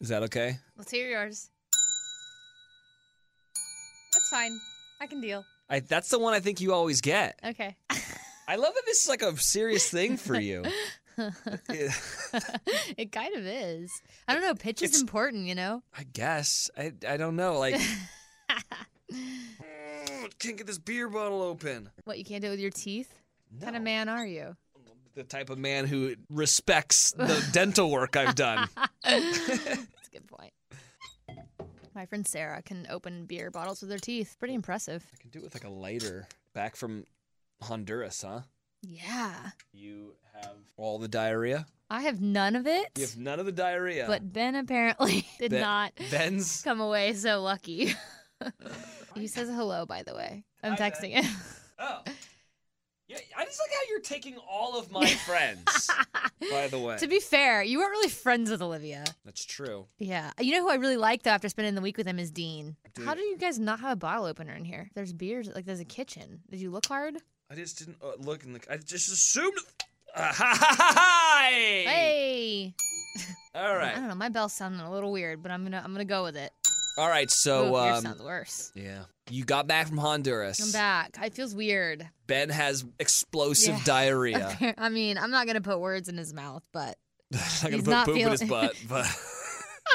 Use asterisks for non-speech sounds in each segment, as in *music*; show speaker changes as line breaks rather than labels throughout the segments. Is that okay?
Let's hear yours. That's fine. I can deal.
I, that's the one I think you always get.
*laughs* Okay.
I love that this is like a serious thing
*laughs*
for you. Yeah, *laughs*
it kind of is. I don't know. Pitch is
It's-
important, you know?
I guess. I, I don't know. Like, "Mm, can't get this beer bottle open.
*laughs* What, you can't do it with your teeth? What kind of
No.
man are you?
The type of man who respects
*laughs*
the dental work I've done.
That's a good point. My friend Sarah can open beer bottles with her teeth. Pretty impressive.
I can do it with like a lighter. Back from Honduras, huh?
Yeah.
You have all the diarrhea.
I have none of it,
You have none of the diarrhea.
but Ben apparently *laughs* did
Ben-
not *laughs*
Ben's
come away so lucky. he says hello, by the way. I'm
Hi, Ben.
texting him. *laughs*
Oh. Yeah, I just like how you're taking all of my
*laughs*
friends. by the way.
to be fair, you weren't really friends with Olivia.
That's true.
Yeah. You know who I really like, though, after spending the week with him is Dean.
Dude.
How do you guys not have a bottle opener in here? There's beers, like, there's a kitchen. Did you look hard?
I just didn't uh, look and look. I just assumed. Ah, ha, ha, ha, hi!
Hey. Uh-huh.
All
I
right.
don't know. My bell's sounding a little weird, but I'm gonna I'm gonna go with it.
All right. So,
Ooh, yours
um,
sounds worse.
yeah, you got back from Honduras.
I'm back. It feels weird.
Ben has explosive
Yeah.
diarrhea.
*laughs* I mean, I'm not gonna put words in his mouth, but
*laughs* I'm not
*laughs*
gonna
He's
put
not
poop in
*laughs*
his
feeling-
butt, but *laughs*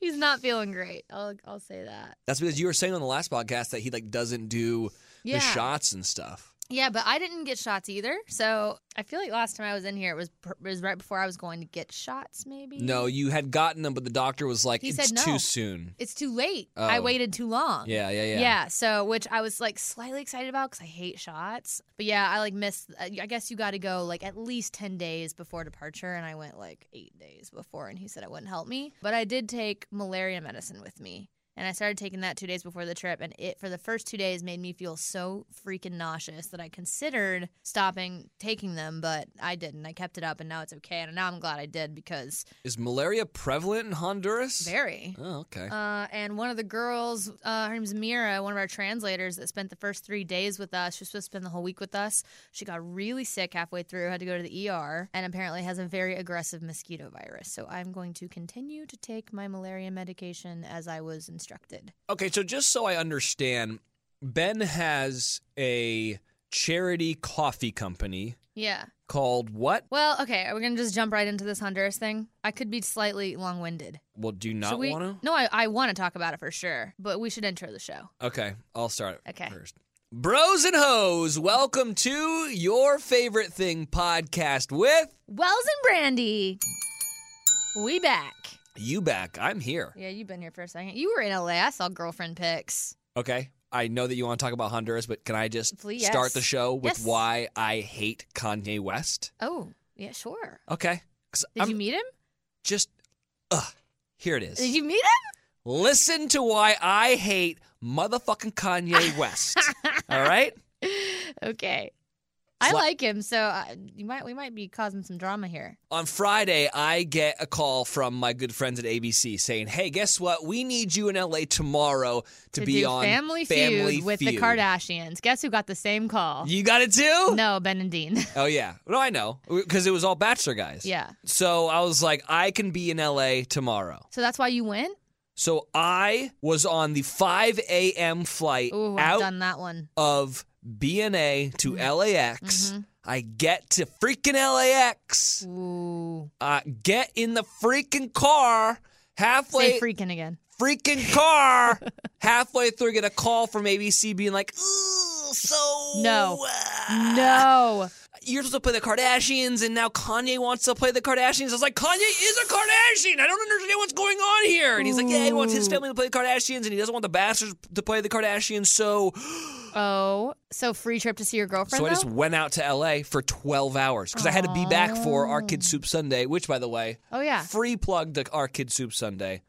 he's not feeling great. I'll I'll say that.
that's because you were saying on the last podcast that he like doesn't do
Yeah.
the shots and stuff.
Yeah, but I didn't get shots either. So I feel like last time I was in here, it was pr- it was right before I was going to get shots. Maybe
No, you had gotten them, but the doctor was like,
He
"It's
said no.
too soon."
it's too late.
Oh.
I waited too long.
Yeah, yeah, yeah.
Yeah, so which I was like slightly excited about because I hate shots. But yeah, I like missed. I guess you got to go like at least 10 days before departure. And I went like eight days before, and he said it wouldn't help me. But I did take malaria medicine with me. And I started taking that two days before the trip. And it, for the first two days, made me feel so freaking nauseous that I considered stopping taking them, but I didn't. I kept it up, and now it's okay. And now I'm glad I did because
Is malaria prevalent in Honduras?
very.
Oh, okay.
Uh, and one of the girls, uh, her name's Mira, one of our translators that spent the first three days with us. She was supposed to spend the whole week with us. She got really sick halfway through, had to go to the ER, and apparently has a very aggressive mosquito virus. So I'm going to continue to take my malaria medication as I was instructed.
Okay, so just so I understand, Ben has a charity coffee company
Yeah.
called what?
Well, okay. We're going to just jump right into this Honduras thing. I could be slightly long winded.
Well, do you not
we,
want
No, I, I want to talk about it for sure, but we should intro the show.
to? Okay, I'll start it
Okay.
first. Bros and hoes, welcome to your favorite thing podcast with
Wells and Brandy, we back.
you back. I'm here.
Yeah, you've been here for a second. You were in LA. I saw girlfriend pics.
Okay. I know that you want to talk about Honduras, but can I just
Please,
start
yes.
the show with
Yes.
why I hate Kanye West?
Oh, yeah, sure.
Okay. 'Cause
Did
I'm
you meet him?
just ugh, here it is.
Did you meet him?
Listen to why I hate motherfucking Kanye
*laughs*
West. all right?
Okay. I
Sla-
like him, so uh, you might we might be causing some drama here.
On Friday, I get a call from my good friends at ABC saying, "Hey, guess what? We need you in LA tomorrow to, be
do
on
Family,
Family
Feud with the
Feud."
Kardashians. Guess who got the same call?
You got it too?
No, Ben and Dean.
Oh yeah. No, I know because it was all Bachelor guys.
*laughs* yeah.
So I was like, I can be in LA tomorrow.
So that's why you went.
So I was on the 5 a.m. flight
Ooh, I've
out
done Mm-hmm. that one.
of BNA to LAX.
Mhm.
I get to freaking LAX.
Ooh.
Uh, get in the freaking car halfway.
Say freaking again.
freaking
*laughs*
car halfway through. Get a call from ABC being like, "Ooh, so
No.
uh,
No.
you're supposed to play the Kardashians, and now Kanye wants to play the Kardashians." I was like, "Kanye is a Kardashian. I don't understand what's going on here." And he's like, "Yeah, he wants his
Ooh.
family to play the Kardashians, and he doesn't want the bastards to play the Kardashians." So,
Oh, so free trip to see your girlfriend.
so I just
though?
went out to LA for 12 hours because I had to be back for our
Oh.
Kid Soup Sunday, which, by the way,
Oh yeah.
free plug to our Kid Soup Sunday.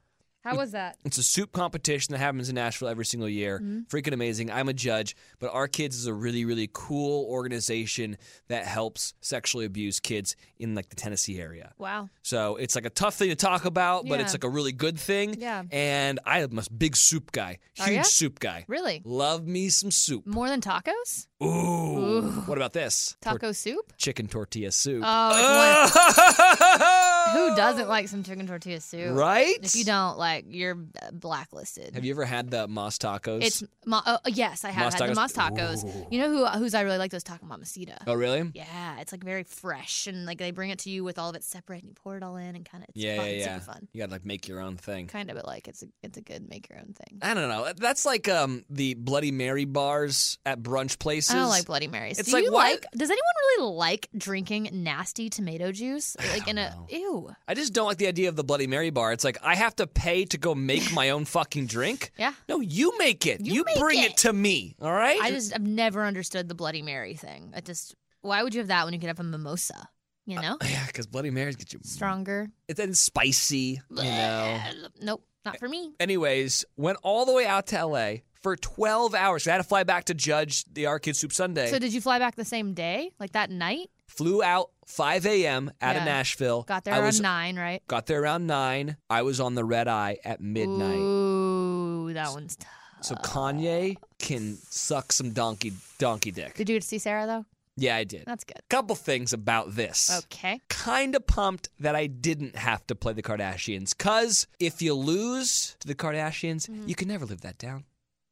How was that?
It's a soup competition that happens in Nashville every single year.
Mm-hmm.
Freaking amazing. I'm a judge, but Our Kids is a really, really cool organization that helps sexually abused kids in like the Tennessee area.
Wow.
So it's like a tough thing to talk about, but
Yeah.
it's like a really good thing.
Yeah.
And I'm a big soup guy,
Are
huge
ya?
soup guy.
Really?
Love me some soup.
More than tacos?
Ooh.
Mm. Ooh.
What about this? Tor-
Taco soup?
chicken tortilla soup.
Oh, it's
*laughs*
one of- who doesn't like some chicken tortilla soup?
Right?
If you don't like, you're uh, blacklisted.
Have you ever had the Moss Tacos?
It's ma- oh, yes, I have
Mas
had the
tacos?
Mas tacos.
Ooh.
You know who who's I really like those taco mamacita.
oh, really?
Yeah, it's like very fresh and like they bring it to you with all of it separate and you pour it all in and kind of it's
Yeah,
fun,
yeah,
it's
yeah.
super fun.
You got to like make your own thing.
Kind of, but like it's a it's a good make your own thing.
I don't know. That's like um the Bloody Mary bars at brunch places.
I don't like Bloody Marys.
it's
Do
like,
you
why-
like? Does anyone really like drinking nasty tomato juice? Like in a ew.
I just don't like the idea of the Bloody Mary bar. It's like I have to pay to go
*laughs*
make my own fucking drink.
Yeah.
No, you make it. You,
You make
bring it.
it.
to me. All right.
I just I've never understood the Bloody Mary thing. I just why would you have that when you could have a mimosa?
Uh,
You know,
*laughs* yeah, because Bloody Marys get you
stronger.
It's then spicy. You know.
Nope, not for me.
Anyways, went all the way out to L.A. for 12 hours. I had to fly back to judge the Arcade Soup Sunday.
So did you fly back the same day, like that night?
Flew out 5 a.m. out of
Yeah.
Nashville.
Got there
I
around
was
nine, right?
Got there around nine. I was on the red eye at midnight.
Ooh, that one's tough.
So Kanye can suck some donkey donkey dick.
Did you get to see Sarah though?
Yeah, I did.
That's good.
Couple things about this.
Okay.
Kinda pumped that I didn't have to play the Kardashians, cause if you lose to the Kardashians,
Mm-hmm.
you can never live that down.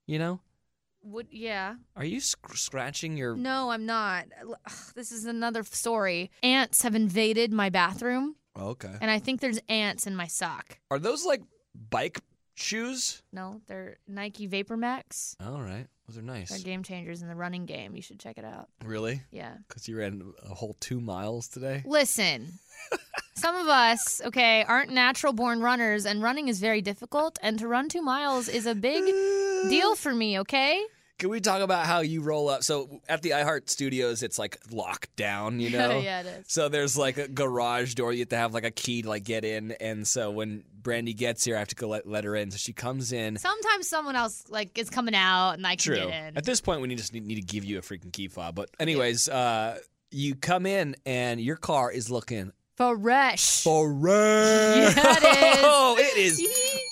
You know?
Would yeah.
Are you sc- scratching your?
No, I'm not. Ugh, This is another f- story. Ants have invaded my bathroom,
Oh, Okay.
and I think there's ants in my sock.
Are those like bike shoes?
No, they're Nike Vapor Max.
All right, those are
They're
nice.
game changers in the running game. You should check it out.
Really?
Yeah.
Cause you ran a whole two miles today.
Listen, some of us, okay, aren't natural born runners, and running is very difficult. And to run two miles is a big deal for me, okay?
Can we talk about how you roll up? So at the iHeart Studios, it's like locked down, *laughs*
*laughs*
you know.
yeah, it is.
So there's like a garage door. You have to have like a key to like get in. And so when Brandy gets here, I have to go let, let her in. So she comes in.
Sometimes someone else like is coming out, and I can
True.
get in.
At this point, we need just need, need to give you a freaking key fob. But anyways, uh, you come in and your car is looking
Fresh.
forever.
*laughs* Yeah, it is.
*laughs* Oh, it is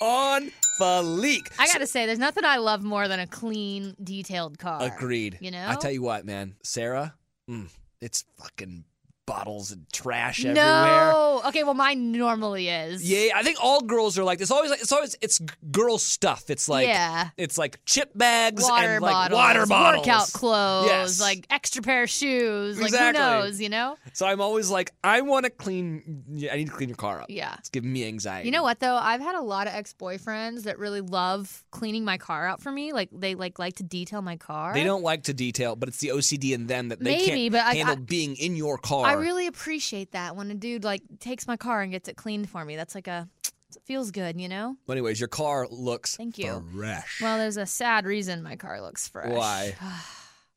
on fleek.
*laughs* I gotta say, there's nothing I love more than a clean, detailed car.
Agreed.
You know?
I tell you what, man, Sarah, mm, it's fucking bottles and trash everywhere.
No. Okay, well, mine normally is.
Yeah, I think all girls are like this. Always, like, it's always it's g- girl stuff. It's like
yeah.
it's like chip bags
Water
and like
bottles,
water bottles.
workout clothes,
Yes.
like extra pair of shoes, like who
Exactly.
knows, you know?
So I'm always like, I want to clean. Yeah, I need to clean your car up.
Yeah.
It's giving me anxiety.
You know what though? I've had a lot of ex-boyfriends that really love cleaning my car out for me. Like they like like to detail my car.
They don't like to detail, but it's the OCD in them that they
Maybe,
can't
but I-
handle
I-
being in your car.
I really appreciate that when a dude like takes my car and gets it cleaned for me. That's like a it feels good, you know?
Well, anyways, your car looks
Thank you.
fresh.
Well, there's a sad reason my car looks fresh.
Why?
*sighs*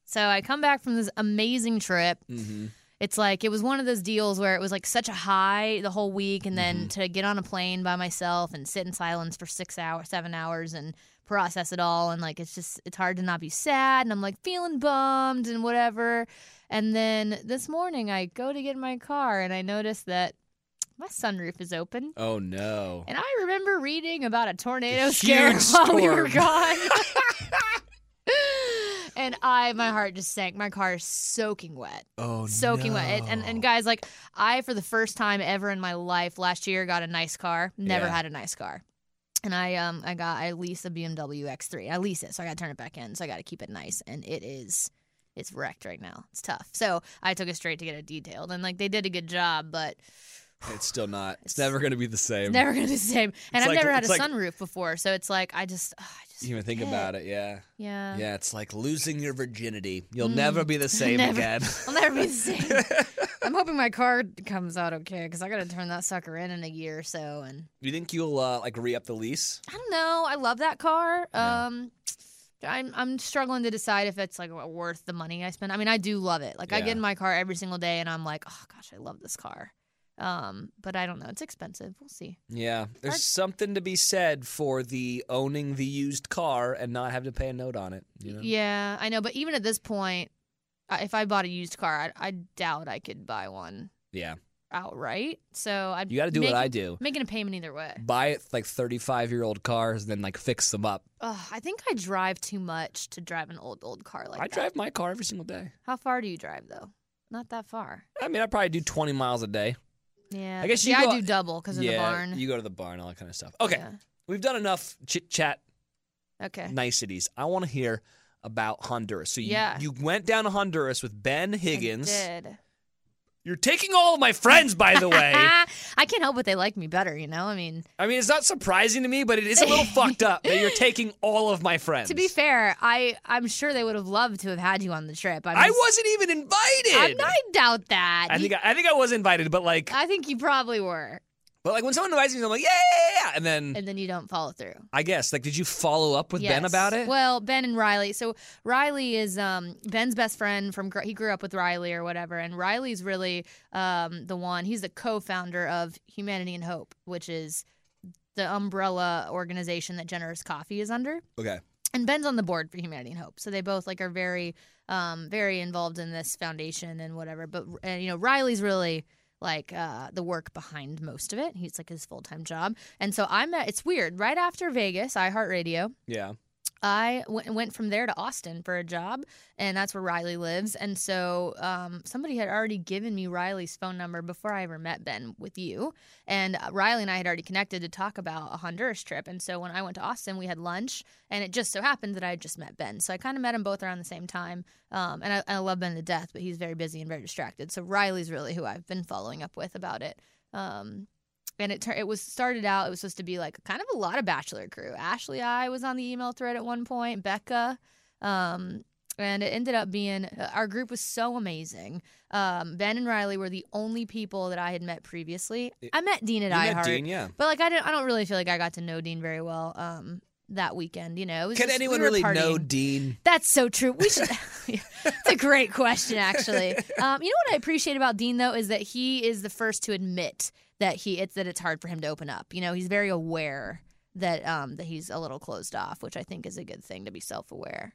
So I come back from this amazing trip.
Mhm.
It's like it was one of those deals where it was like such a high the whole week, and then
Mm-hmm.
to get on a plane by myself and sit in silence for six hours, seven hours, and process it all, and like it's just it's hard to not be sad, and I'm like feeling bummed and whatever. And then this morning I go to get in my car, and I notice that my sunroof is open.
Oh no.
And I remember reading about a tornado
A
scare *laughs*
huge
while we were
storm.
gone.
*laughs*
and I, my heart just sank. My car is soaking wet,
Oh
soaking
no.
wet. It- And and guys, like I, for the first time ever in my life, last year got a nice car. Never
Yeah.
had a nice car. And I um I got I leased a BMW X3. I lease it, so I got to turn it back in. So I got to keep it nice, and it is. It's wrecked right now. It's tough. So I took it straight to get it detailed, and like they did a good job, but
It's still not. It's,
It's-
never going to be the same.
it's *laughs* never gonna be the same. And
It's
I've
like-
never had a
it's like-
sunroof before, so it's like I just, ugh, I just
You even think
forget.
about it, yeah.
Yeah.
Yeah, it's like losing your virginity. You'll
Mm.
never
*laughs*
be the same
Never.
again.
I'll never be the same.
*laughs*
I'm hoping my card comes out okay because I gotta turn that sucker in in a year or so. And
Do you think you'll uh, like re up the lease?
I don't know. I love that car.
Yeah.
Um, I'm I'm struggling to decide if it's like worth the money I spend. I mean, I do love it. Like I
Yeah.
get in my car every single day, and I'm like, oh gosh, I love this car. Um, but I don't know. It's expensive. We'll see.
Yeah, there's
I'd-
something to be said for the owning the used car and not having to pay a note on it. You know?
Yeah, I know. But even at this point, I- if I bought a used car, I, I doubt I could buy one.
Yeah.
outright. So I'd
You got to do
make,
what I do.
making a payment either way.
Buy like 35 year old cars, then like fix them up.
Ugh, I think I drive too much to drive an old old car like
I
that.
drive my car every single day.
How far do you drive though? Not that far.
I mean, I probably do 20 miles a day.
Yeah.
I guess you
yeah,
go-
I do double because of
yeah,
the barn.
You go to the barn, all that kind of stuff. Okay,
Yeah.
we've done enough chit chat
Okay.
niceties. I want to hear about Honduras. So you,
Yeah.
you went down to Honduras with Ben
I
Higgins. *laughs*
did.
You're taking all of my friends, by the way.
*laughs* I can't help but they like me better, you know? I mean,
I mean, it's not surprising to me, but it is a little fucked up that you're taking all of my friends.
to be fair, I, I'm sure they would have loved to have had you on the trip. I'm
I
just-
wasn't even invited.
I'm not- I doubt that.
I think I, I think I was invited, but like,
I think you probably were.
but like when someone invites me, I'm like, yeah, yeah, yeah, and then
And then you don't follow through.
I guess like, did you follow up with Ben
Yes.
about it?
Well, Ben and Riley. So Riley is um, Ben's best friend from gr- he grew up with Riley or whatever, and Riley's really um, the one. He's the co-founder of Humanity and Hope, which is the umbrella organization that Generous Coffee is under.
Okay,
And Ben's on the board for Humanity and Hope, so they both like are very, um, very involved in this foundation and whatever. But uh, you know, Riley's really like uh, the work behind most of it. He's like his full time job, and so I'm at. It's weird. Right after Vegas, iHeartRadio.
yeah,
I w- went from there to Austin for a job, and that's where Riley lives. And so um, somebody had already given me Riley's phone number before I ever met Ben with you. And uh, Riley and I had already connected to talk about a Honduras trip. And so when I went to Austin, we had lunch, and it just so happened that I had just met Ben. So I kind of met them both around the same time. Um, and I, I love Ben to death, but he's very busy and very distracted. So Riley's really who I've been following up with about it. Um, and it tur- it was started out. It was supposed to be like kind of a lot of bachelor crew. Ashley I was on the email thread at one point. Becca, um, and it ended up being uh, our group was so amazing. Um, ben and Riley were the only people that I had met previously. I met Dean at
you met
iHeart,
Dean, yeah.
but like I don't I don't really feel like I got to know Dean very well. Um, that weekend, you know, It was
Can
just- we
anyone
were
really know
partying.
Dean?
That's so true.
*laughs*
We should. *laughs* it's a great question, actually. Um, you know what I appreciate about Dean though is that he is the first to admit that he it's that it's hard for him to open up. You know, he's very aware that um, that he's a little closed off, which I think is a good thing to be self aware.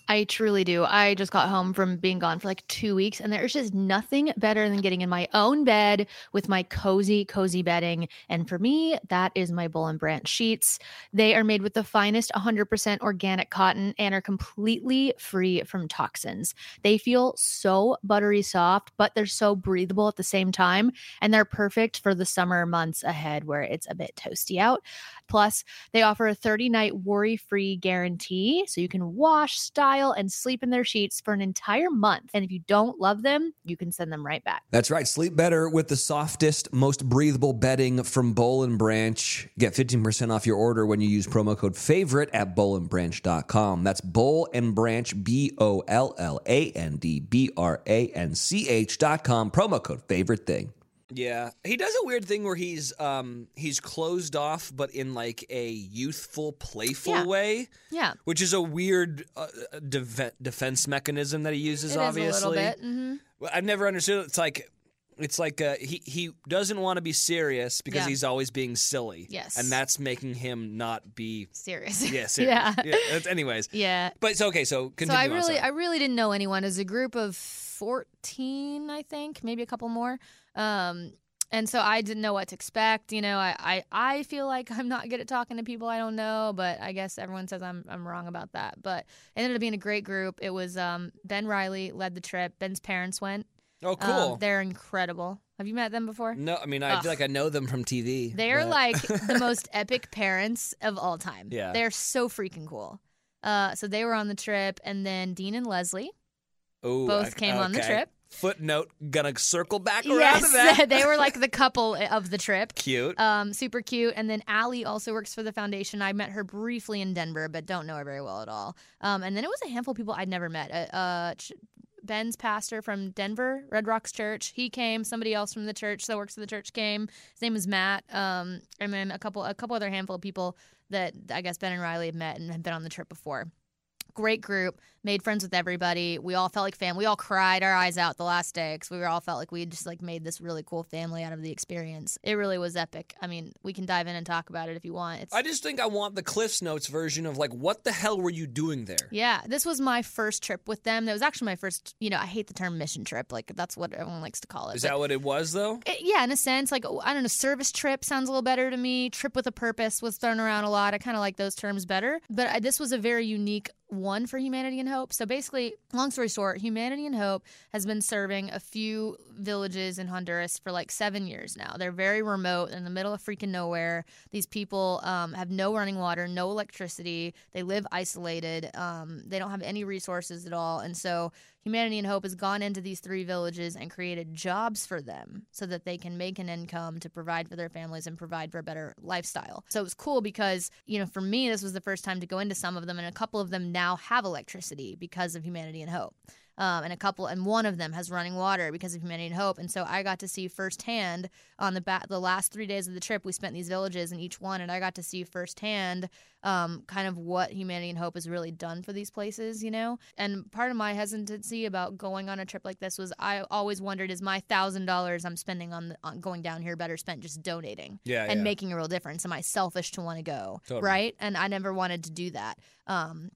I truly do. I just got home from being gone for like two weeks, and there's just nothing better than getting in my own bed with my cozy, cozy bedding. And for me, that is my Bull and Branch sheets. They are made with the finest 100% organic cotton and are completely free from toxins. They feel so buttery soft, but they're so breathable at the same time. And they're perfect for the summer months ahead where it's a bit toasty out. Plus, they offer a 30 night worry free guarantee so you can wash, style, and sleep in their sheets for an entire month. And if you don't love them, you can send them right back.
That's right. Sleep better with the softest, most breathable bedding from Bowl and Branch. Get 15% off your order when you use promo code favorite at bowlandbranch.com. That's Bowl and Branch, B O L L A N D B R A N C H.com. Promo code favorite thing. Yeah. He does a weird thing where he's um he's closed off but in like a youthful playful
Yeah.
way,
Yeah.
which is a weird uh, defense mechanism that he uses
Mm-hmm.
well, I've never understood. it. It's like it's like uh, he he doesn't want to be serious because
Yeah.
he's always being silly.
Yes.
and that's making him not be
Serious.
yeah serious.
Yeah.
yeah. that's- Anyways,
*laughs* Yeah.
but it's okay. So
So
continue.
I
on,
really,
sorry.
I really didn't know anyone. It was a group of fourteen, I think, maybe a couple more. Um, and so I didn't know what to expect. You know, I, I, I feel like *laughs* I'm not good at talking to people I don't know, but I guess everyone says I'm, I'm wrong about that. But it ended up being a great group. It was um, Ben Riley led the trip. Ben's parents went.
oh
Um,
cool.
they're incredible. Have you met them before?
no, I mean I
Ugh.
feel like I know them from TV.
They're
but- *laughs*
like the most epic parents of all time.
Yeah.
They're so freaking cool. Uh, so they were on the trip, and then Dean and Leslie.
Ooh,
both
I-
came on the
okay.
trip.
Footnote: Gonna circle back around to
Yes,
that.
*laughs* they were like the couple of the trip.
Cute.
Um, super cute. And then Allie also works for the foundation. I met her briefly in Denver, but don't know her very well at all. Um, and then it was a handful of people I'd never met. Uh, uh, ch- Ben's pastor from Denver, Red Rocks Church. He came. Somebody else from the church that works at the church came. His name is Matt. Um, and then a couple a couple other handful of people that I guess Ben and Riley have met and have been on the trip before. Great group, made friends with everybody. We all felt like family. We all cried our eyes out the last day because we were all felt like we had just like made this really cool family out of the experience. It really was epic. I mean, we can dive in and talk about it if you want. It's
I just think I want the Cliff's Notes version of like, what the hell were you doing there?
Yeah, this was my first trip with them. That was actually my first, you know, I hate the term mission trip. Like, that's what everyone likes to call it.
Is
but-
that what it was though?
it- yeah, in a sense, like oh, I don't know, service trip sounds a little better to me. Trip with a purpose was thrown around a lot. I kind of like those terms better. But I, this was a very unique one for Humanity and Hope. So basically, long story short, Humanity and Hope has been serving a few villages in Honduras for like seven years now. They're very remote, in the middle of freaking nowhere. These people um, have no running water, no electricity. They live isolated. Um, they don't have any resources at all, and so Humanity and Hope has gone into these three villages and created jobs for them so that they can make an income to provide for their families and provide for a better lifestyle. So it was cool because, you know, for me, this was the first time to go into some of them, and a couple of them now have electricity because of Humanity and Hope. Um, and a couple, and one of them has running water because of Humanity and Hope. And so I got to see firsthand on the ba- the last three days of the trip, we spent in these villages in each one, and I got to see firsthand um, kind of what Humanity and Hope has really done for these places, you know? And part of my hesitancy about going on a trip like this was I always wondered is my $1,000 I'm spending on, the, on going down here better spent just donating
Yeah,
and
yeah.
making a real difference? Am I selfish to want to go?
Totally.
Right? And I never wanted to do that. Um,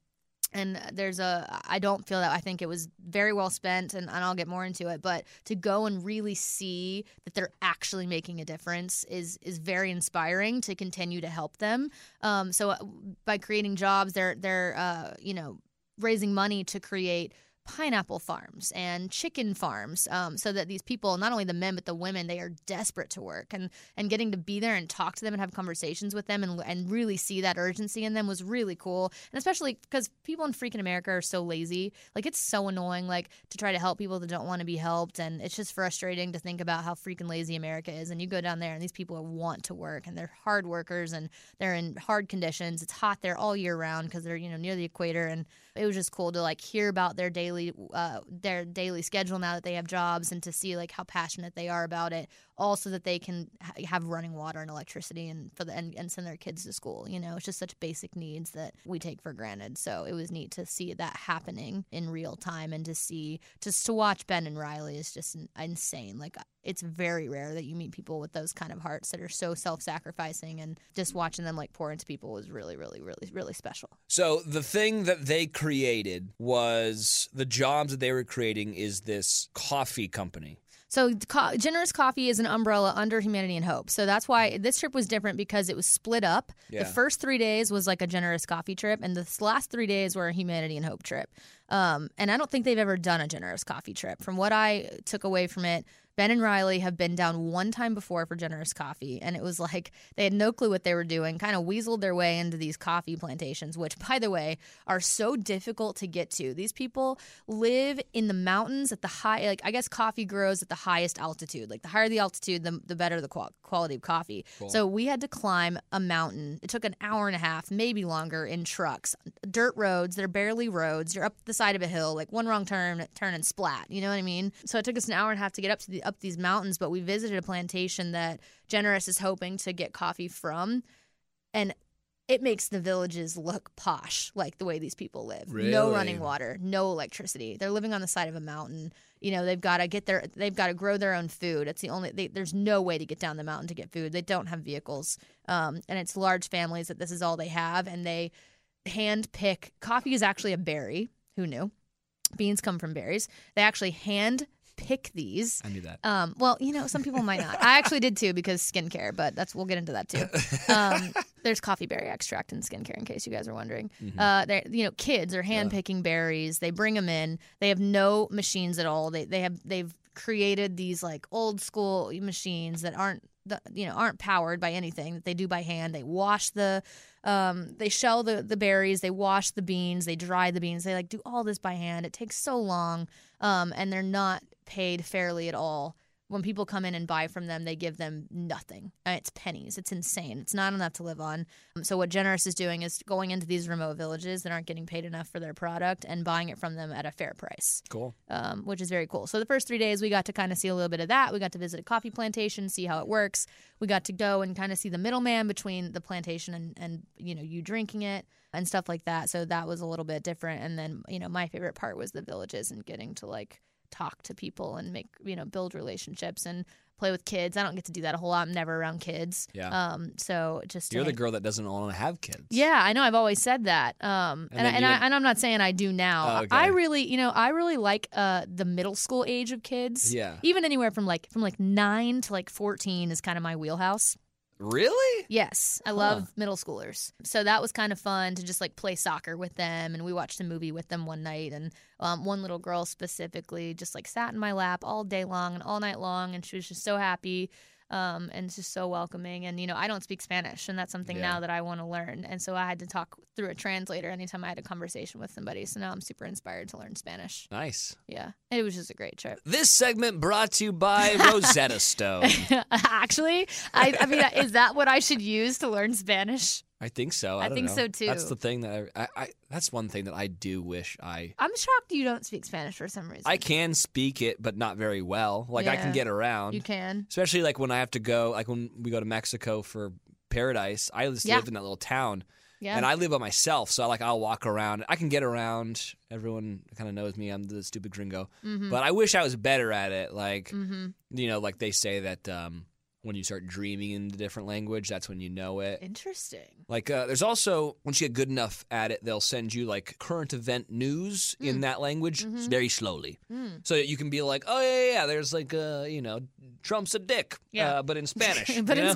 and there's a i don't feel that i think it was very well spent and, and i'll get more into it but to go and really see that they're actually making a difference is is very inspiring to continue to help them um, so uh, by creating jobs they're they're uh, you know raising money to create pineapple farms and chicken farms um, so that these people not only the men but the women they are desperate to work and and getting to be there and talk to them and have conversations with them and, and really see that urgency in them was really cool and especially because people in freaking america are so lazy like it's so annoying like to try to help people that don't want to be helped and it's just frustrating to think about how freaking lazy america is and you go down there and these people want to work and they're hard workers and they're in hard conditions it's hot there all year round because they're you know near the equator and it was just cool to like hear about their daily uh, their daily schedule now that they have jobs and to see like how passionate they are about it also that they can ha- have running water and electricity and for the and, and send their kids to school you know it's just such basic needs that we take for granted so it was neat to see that happening in real time and to see just to watch ben and riley is just in- insane like it's very rare that you meet people with those kind of hearts that are so self-sacrificing and just watching them like pour into people was really really really really special
So the thing that they created was the jobs that they were creating is this coffee company.
So, co- Generous Coffee is an umbrella under Humanity and Hope. So, that's why this trip was different because it was split up.
Yeah.
The first three days was like a Generous Coffee trip, and the s- last three days were a Humanity and Hope trip. Um, and I don't think they've ever done a Generous Coffee trip. From what I took away from it, Ben and Riley have been down one time before for Generous Coffee, and it was like they had no clue what they were doing, kind of weaseled their way into these coffee plantations, which, by the way, are so difficult to get to. These people live in the mountains at the high, like, I guess coffee grows at the highest altitude. Like, the higher the altitude, the, the better the qual- quality of coffee. So, we had to climb a mountain. It took an hour and a half, maybe longer, in trucks. Dirt roads, they're barely roads. You're up the side of a hill, like, one wrong turn, turn and splat. You know what I mean? So, it took us an hour and a half to get up to the, up these mountains, but we visited a plantation that Generous is hoping to get coffee from and it makes the villages look posh, like the way these people live. No
Really?
running water, no electricity. They're living on the side of a mountain. You know, they've got to get their, they've got to grow their own food. It's the only, they, there's no way to get down the mountain to get food. They don't have vehicles, um, and it's large families that this is all they have, and they hand pick. Coffee is actually a berry. Who knew? Beans come from berries. They actually hand pick these.
I knew that.
Um, well, you know, some people might not. I actually did too because skincare, but that's we'll get into that too. Um, there's coffee berry extract in skincare, in case you guys are wondering. Uh, they, you know, kids are hand picking berries. They bring them in. They have no machines at all. They they have they've created these like old school machines that aren't the, you know aren't powered by anything that they do by hand. They wash the um, they shell the, the berries, they wash the beans, they dry the beans, they like do all this by hand. It takes so long, um, and they're not paid fairly at all when people come in and buy from them, they give them nothing. Uh, It's pennies. It's insane. It's not enough to live on. Um, So what Generous is doing is going into these remote villages that aren't getting paid enough for their product and buying it from them at a fair price
Cool.
um, which is very cool. So the first three days, we got to kind of see a little bit of that. We got to visit a coffee plantation, see how it works. We got to go and kind of see the middleman between the plantation and, and you know you drinking it and stuff like that. So that was a little bit different. And then you know my favorite part was the villages and getting to like talk to people and make you know build relationships and play with kids. I don't get to do that a whole lot. I'm never around kids.
Yeah.
Um. So just to
You're the
hang-
girl that doesn't want to have kids.
yeah, I know. I've always said that, um, and
then
I, and,
you
I,
would-
and I'm not saying I do now.
Oh, okay.
I really, you know, I really like uh, the middle school age of kids.
Yeah.
even anywhere from like from like nine to like 14 is kind of my wheelhouse.
Really?
Yes, I love middle schoolers. So that was kind of fun to just like play soccer with them, and we watched a movie with them one night, and um, one little girl specifically just like sat in my lap all day long and all night long, and she was just so happy. Um, and just so welcoming, and you know, I don't speak Spanish, and that's something
Yeah.
now that I want to learn. And so I had to talk through a translator anytime I had a conversation with somebody. So now I'm super inspired to learn Spanish.
Nice.
Yeah, it was just a great trip.
This segment brought to you
*laughs*
by Rosetta Stone.
Actually, I, I mean, is that what I should use to learn Spanish?
I think so. I,
I
don't
think
know.
so, too.
That's the thing that I, I, I. That's one thing that I do wish I.
I'm shocked you don't speak Spanish for some reason.
I can speak it, but not very well. Like I can
Yeah.
get around.
You can.
especially like when I have to go, like when we go to Mexico for Paradise. I just
Yeah.
lived in that little town,
Yeah.
and I live by myself, so like I'll walk around. I can get around. Everyone kind of knows me. I'm the stupid gringo,
mm-hmm.
but I wish I was better at it. Like
hmm
you know, like they say that um, when you start dreaming in the different language, that's when you know it.
Interesting.
Like, uh, there's also once you get good enough at it, they'll send you like current event news in that language
Mhm.
very slowly,
Mm.
so that you can be like, oh yeah, yeah, yeah, there's like, uh, you know, Trump's a dick,
Yeah.
uh, but
*laughs*
in Spanish,
but
you
in
know?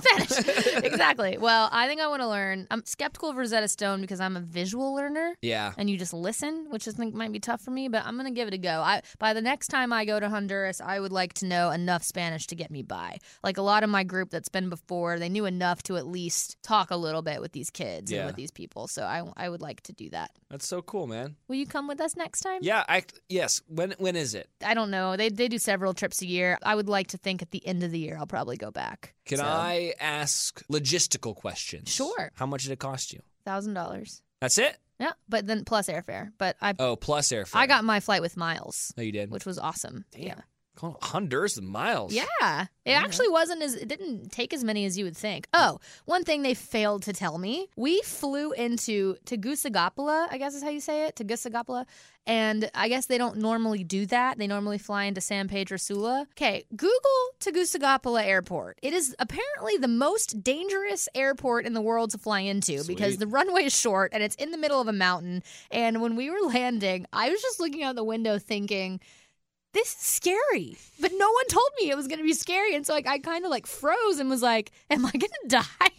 *laughs*
Spanish. exactly. Well, I think I want to learn. I'm skeptical of Rosetta Stone because I'm a visual learner.
yeah,
And you just listen, which I think might be tough for me, but I'm gonna give it a go. I by the next time I go to Honduras, I would like to know enough Spanish to get me by. Like a lot of my group that's been before, they knew enough to at least talk a little bit with these kids
Yeah.
and with these people. So I I would like to do that.
that's so cool, man.
Will you come with us next time?
Yeah, I yes. When when is it?
I don't know. They they do several trips a year. I would like to think at the end of the year I'll probably go back.
Can I ask logistical questions?
Sure.
How much did it cost you?
Thousand dollars.
That's it.
Yeah, but then plus airfare. But I
Oh, plus airfare.
I got my flight with Miles,
No, you did.
which was awesome. Yeah.
Damn. Call Honduras and miles.
Yeah. It actually wasn't as it didn't take as many as you would think. Oh, one thing they failed to tell me. We flew into Tegucigalpa, I guess is how you say it, Tegucigalpa, and I guess they don't normally do that. They normally fly into San Pedro Sula. Okay, Google Tegucigalpa Airport. It is apparently the most dangerous airport in the world to fly into because
Sweet.
the runway is short and it's in the middle of a mountain. And when we were *laughs* landing, I was just looking out the window thinking, this is scary. But no one told me it was going to be scary. And so like I kind of like froze and was like, am I going to *laughs* die?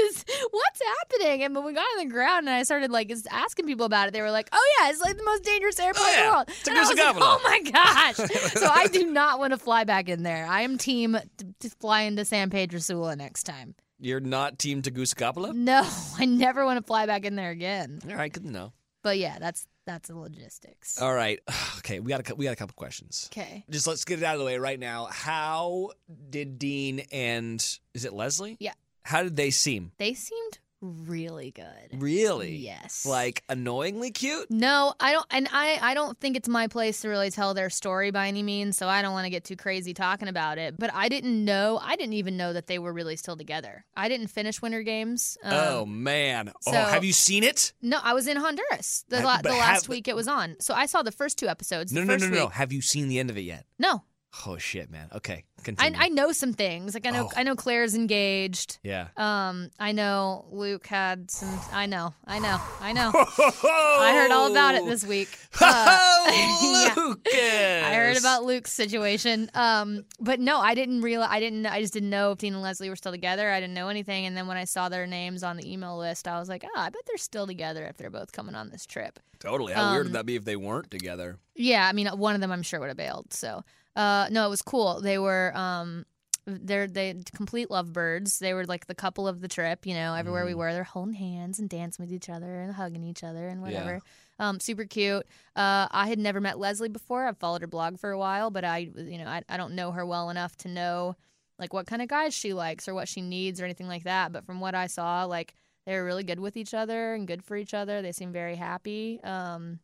Is- What's happening? And when we got on the ground and I started like just asking people about it, they were like, oh yeah, it's like the most dangerous airport in
Oh, yeah.
the world.
It's a
And I was like,
Gusagabula.
oh my gosh. so I do
*laughs*
not want to fly back in there. I am team t- to fly into San Pedro Sula next time.
You're not team Tegucigalpa.
No, *laughs* I never want to fly back in there again.
All right, good to know.
But yeah, that's that's the logistics.
All right. *sighs* Okay, we got a, cou- we got a couple questions.
Okay.
Just let's get it out of the way right now. How did Dean and is it Leslie?
Yeah.
How did they seem?
They seemed really good.
Really?
Yes.
Like annoyingly cute?
No, I don't, and I, I don't think it's my place to really tell their story by any means, so I don't want to get too crazy talking about it. But I didn't know, I didn't even know that they were really still together. I didn't finish Winter Games. Um,
oh man. oh,
so-
have you seen it?
No, I was in Honduras the,
Have-
la-
but
the last
have-
week it was on. So I saw the first two episodes.
No,
the
no, no,
first
no, no.
week-
Have you seen the end of it yet?
no.
Oh shit, man. Okay.
I,
Continue.
I know some things. Like I know,
Oh.
I know Claire's engaged.
yeah.
Um, I know Luke had some. I know, I know, I know. I heard all about
Oh.
it *laughs* this
*laughs*
week. Uh, *laughs* yeah. I heard about Luke's situation. Um, but no, I didn't realize. I didn't. I just didn't know if Dean and Leslie were still together. I didn't know anything. And then when I saw their names on the email list, I was like, oh, I bet they're still together if they're both coming on this trip.
Totally. How weird would
um,
that be if they weren't together?
uh, Yeah, I mean, one of them I'm sure would have bailed. So, uh, no, it was cool. They were. Um, They're they complete lovebirds. They were like the couple of the trip. You know, everywhere we were, they're holding hands and dancing with each other and hugging each other and whatever. Um, super cute. Uh, I had never met Leslie before. I've followed her blog for a while, but I, you know, I, I don't know her well enough to know like what kind of guys she likes or what she needs or anything like that. But from what I saw, like they were really good with each other and good for each other. They seem very happy. Um,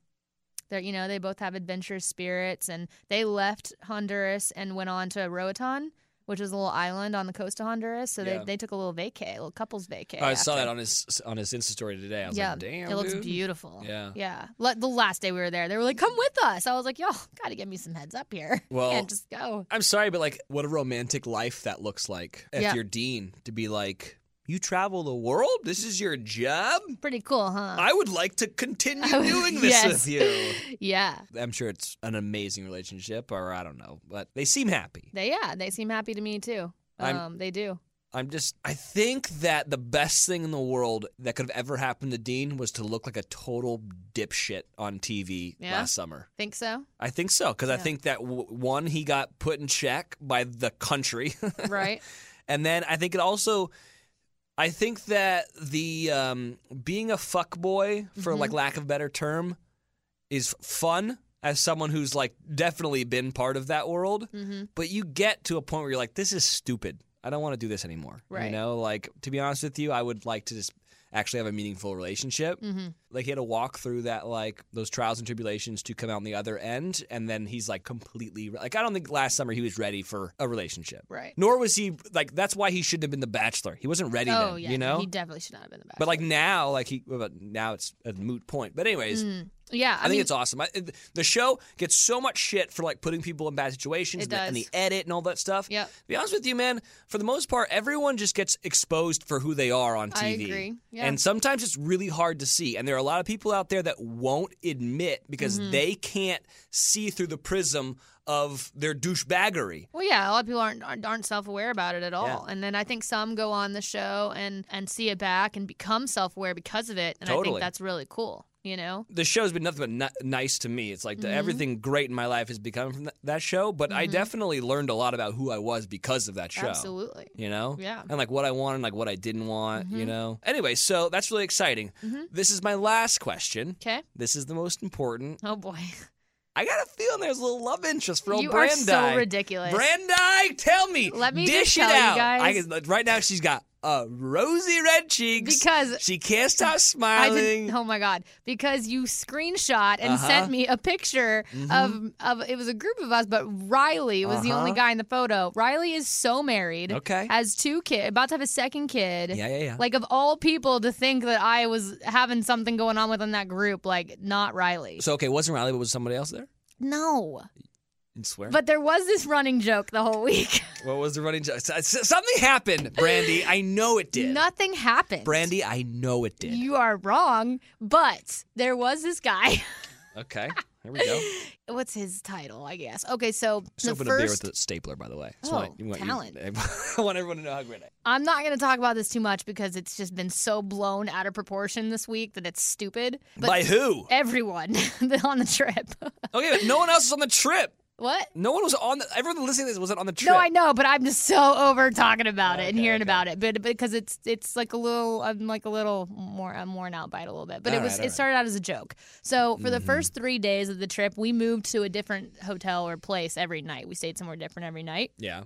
they're you know they both have adventurous spirits, and they left Honduras and went on to Roatan, which is a little island on the coast of Honduras. So
Yeah.
they, they took a little vacay, a little couples vacay.
I saw
after.
that on his on his Insta story today. I was like, damn,
it looks
dude."
beautiful.
Yeah.
yeah. Le- the last day we were there, they were like, "Come with us." I was like, "Y'all got to give me some heads up here. *laughs*
Well-
Can't just go."
I'm sorry, but like, what a romantic life that looks like. If
Yeah.
you're Dean, to be like, you travel the world. This is your job.
Pretty cool, huh?
I would like to continue
Uh, *laughs* I would-
doing this
yes.
with you.
yeah.
I'm sure it's an amazing relationship, or I don't know, but they seem happy.
They yeah, they seem happy to me too.
I'm-
Um, they do.
I'm just, I think that the best thing in the world that could have ever happened to Dean was to look like a total dipshit on TV
Yeah?
last summer. *laughs*
Think so?
I think so, because I
Yeah.
think that w- one, he got put in check by the country. *laughs*
Right?
And then I think it also, I think that the um, being a fuck boy, for like
Mm-hmm.
lack of a better term, is fun as someone who's like definitely been part of that world.
mm-hmm.
But you get to a point where you're like, this is stupid. I don't want to do this anymore. You
Right.
know, like to be honest with you, I would like to just actually have a meaningful relationship.
Mm-hmm.
Like he had to walk through that, like those trials and tribulations to come out on the other end, and then he's like completely like I don't think last summer he was ready for a relationship.
Right.
Nor was he like that's why he shouldn't have been the bachelor. He wasn't ready
Oh
then,
yeah.
you know.
He definitely should not have been the best.
but like now, like he well, but now it's a moot point. But anyways,
yeah,
I,
I,
think
mean,
it's awesome. I, the show gets so much shit for like putting people in bad situations
It
and, the, and
does.
the edit and all that stuff.
Yep.
To be honest with you, man, for the most part, everyone just gets exposed for who they are on TV.
I agree. Yeah.
And sometimes it's really hard to see. And there are a lot of people out there that won't admit because
Mm-hmm.
they can't see through the prism of their douchebaggery.
Well, yeah, a lot of people aren't aren't, aren't self aware about it at all,
Yeah.
and then I think some go on the show and and see it back and become self aware because of it, and I
Totally.
think that's really cool. You know,
the show's been nothing but ni- nice to me. It's like
Mm-hmm.
the, everything great in my life has become from th- that show, but I definitely learned a lot about who I was because of that show.
absolutely.
You know?
Yeah. Mm-hmm.
And like what I wanted, like what I didn't want, you know? Anyway, so that's really exciting. This is my last question.
Okay.
This is the most important.
Oh boy, *laughs*
I got a feeling there's a little love interest for old
you are
Brandy.
so ridiculous.
Brandy, tell me.
Let me
dish
just
it
tell you
out. I
guys-
can- right now, she's got uh, rosy red cheeks.
Because
she can't stop
I
smiling.
didn't. Oh my god! Because you screenshot and
Uh-huh. Mm-hmm.
sent me a picture of of it was a group of us, but Riley was the only
Uh-huh.
guy in the photo. Riley is so married.
Okay.
Has two kids, about to have a second kid.
yeah, yeah, yeah.
Like of all people to think that I was having something going on within that group, like not Riley.
So okay, it wasn't Riley, but was somebody else there?
No.
I swear.
But there was this running joke the whole week.
what was the running joke? S- s- Something happened, Brandy. I know it *laughs*
*laughs*
did.
Nothing happened.
Brandy, I know it did.
You are wrong, but there was this guy. *laughs*
okay, here we go.
What's his title? I guess. Okay, so
Just
the
open a beer
first
with a stapler, by the way.
Oh, talent.
*laughs* I want everyone to know how great I.
I'm not going to talk about this too much because it's just been so blown out of proportion this week that it's stupid. But
By
*laughs*
who?
everyone on the trip. *laughs*
Okay, but no one else was on the trip.
what?
No one was on. The, everyone listening to this wasn't on the trip.
No, I know, but I'm just so *laughs* over talking about it and
Okay,
hearing
okay.
about it, but because it's it's like a little, I'm like a little more, I'm worn out by it a little bit. But
All
it was,
right, all
it
right. Mm-hmm.
started out as a joke. So for the first three days of the trip, we moved to a different hotel or place every night. We stayed somewhere different every night.
Yeah.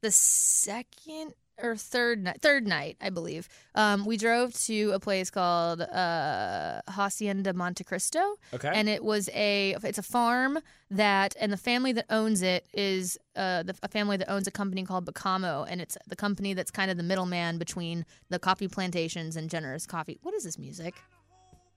the second or third night, third night, I believe, um, we drove to a place called uh, Hacienda Monte Cristo,
Okay.
and it was a it's a farm that and the family that owns it is uh, the, a family that owns a company called Bacamo, and it's the company that's kind of the middleman between the coffee plantations and generous coffee. What is this music?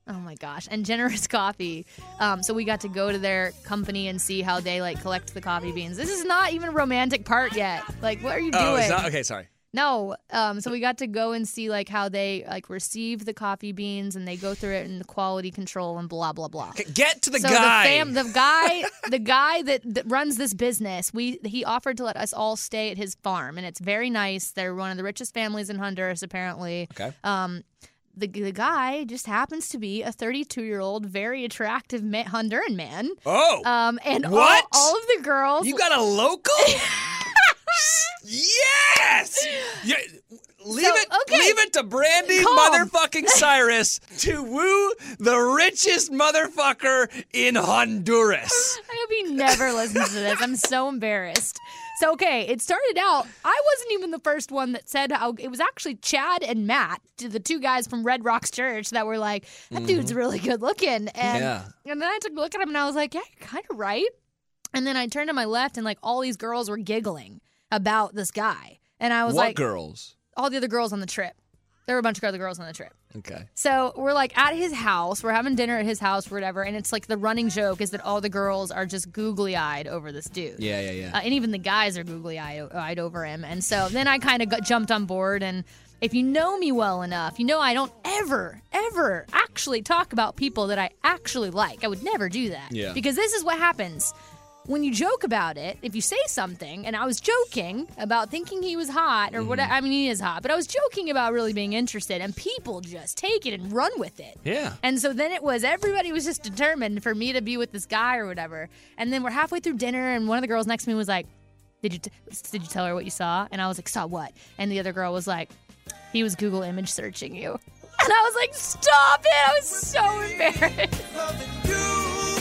Oh my gosh! And generous *laughs* coffee. Um, so we got to go to their company and see how they like collect the coffee beans. This is not even a romantic part yet. Like, what are you
oh,
doing?
it's not, okay. Sorry.
No. Um, so we got to go and see like how they like receive the coffee beans and they go through it and the quality control and blah blah blah.
Okay, Get to the
so
guy.
the fam, the guy, the guy that, that runs this business, we he offered to let us all stay at his farm, and it's very nice. They're one of the richest families in Honduras, apparently.
okay.
Um, the, the guy just happens to be a 32 year old, very attractive ma- Honduran man.
oh,
Um, and all-
What?
*laughs* All, of the girls,
you got a local? Yes! Yeah, leave
So,
it
okay.
leave it to Brandy
Calm. *laughs*
motherfucking Cyrus to woo the richest motherfucker in Honduras.
I hope he never listens to this. I'm so embarrassed. So okay, it started out. I wasn't even the first one that said how it was actually Chad and Matt, the two guys from Red Rocks Church, that were like, "That dude's really good looking." And
Mm-hmm. Yeah.
and then I took a look at him and I was like, "Yeah, you're kind of right." And then I turned to my left and like all these girls were giggling about this guy, and I was
What
like,
girls?
"All the other girls on the trip." There were a bunch of other girls on the trip.
Okay.
So we're like at his house, we're having dinner at his house, whatever, and it's like the running joke is that all the girls are just googly eyed over this dude.
Yeah, yeah, yeah.
Uh, and even the guys are googly eyed over him. And so then I kind of got jumped on board. And if you know me well enough, you know I don't ever, ever actually talk about people that I actually like. I would never do that.
Yeah.
Because this is what happens when you joke about it. If you say something, and I was joking about thinking he was hot or what
Mm-hmm.
I mean, he is hot, but I was joking about really being interested, and people just take it and run with it.
Yeah.
And so then it was everybody was just determined for me to be with this guy or whatever. And then we're halfway through dinner, and one of the girls next to me was like, "Did you t- did you tell her what you saw?" And I was like, "Saw what?" And the other girl was like, "He was Google image searching you." *laughs* And I was like, "Stop it!" I was so embarrassed. *laughs*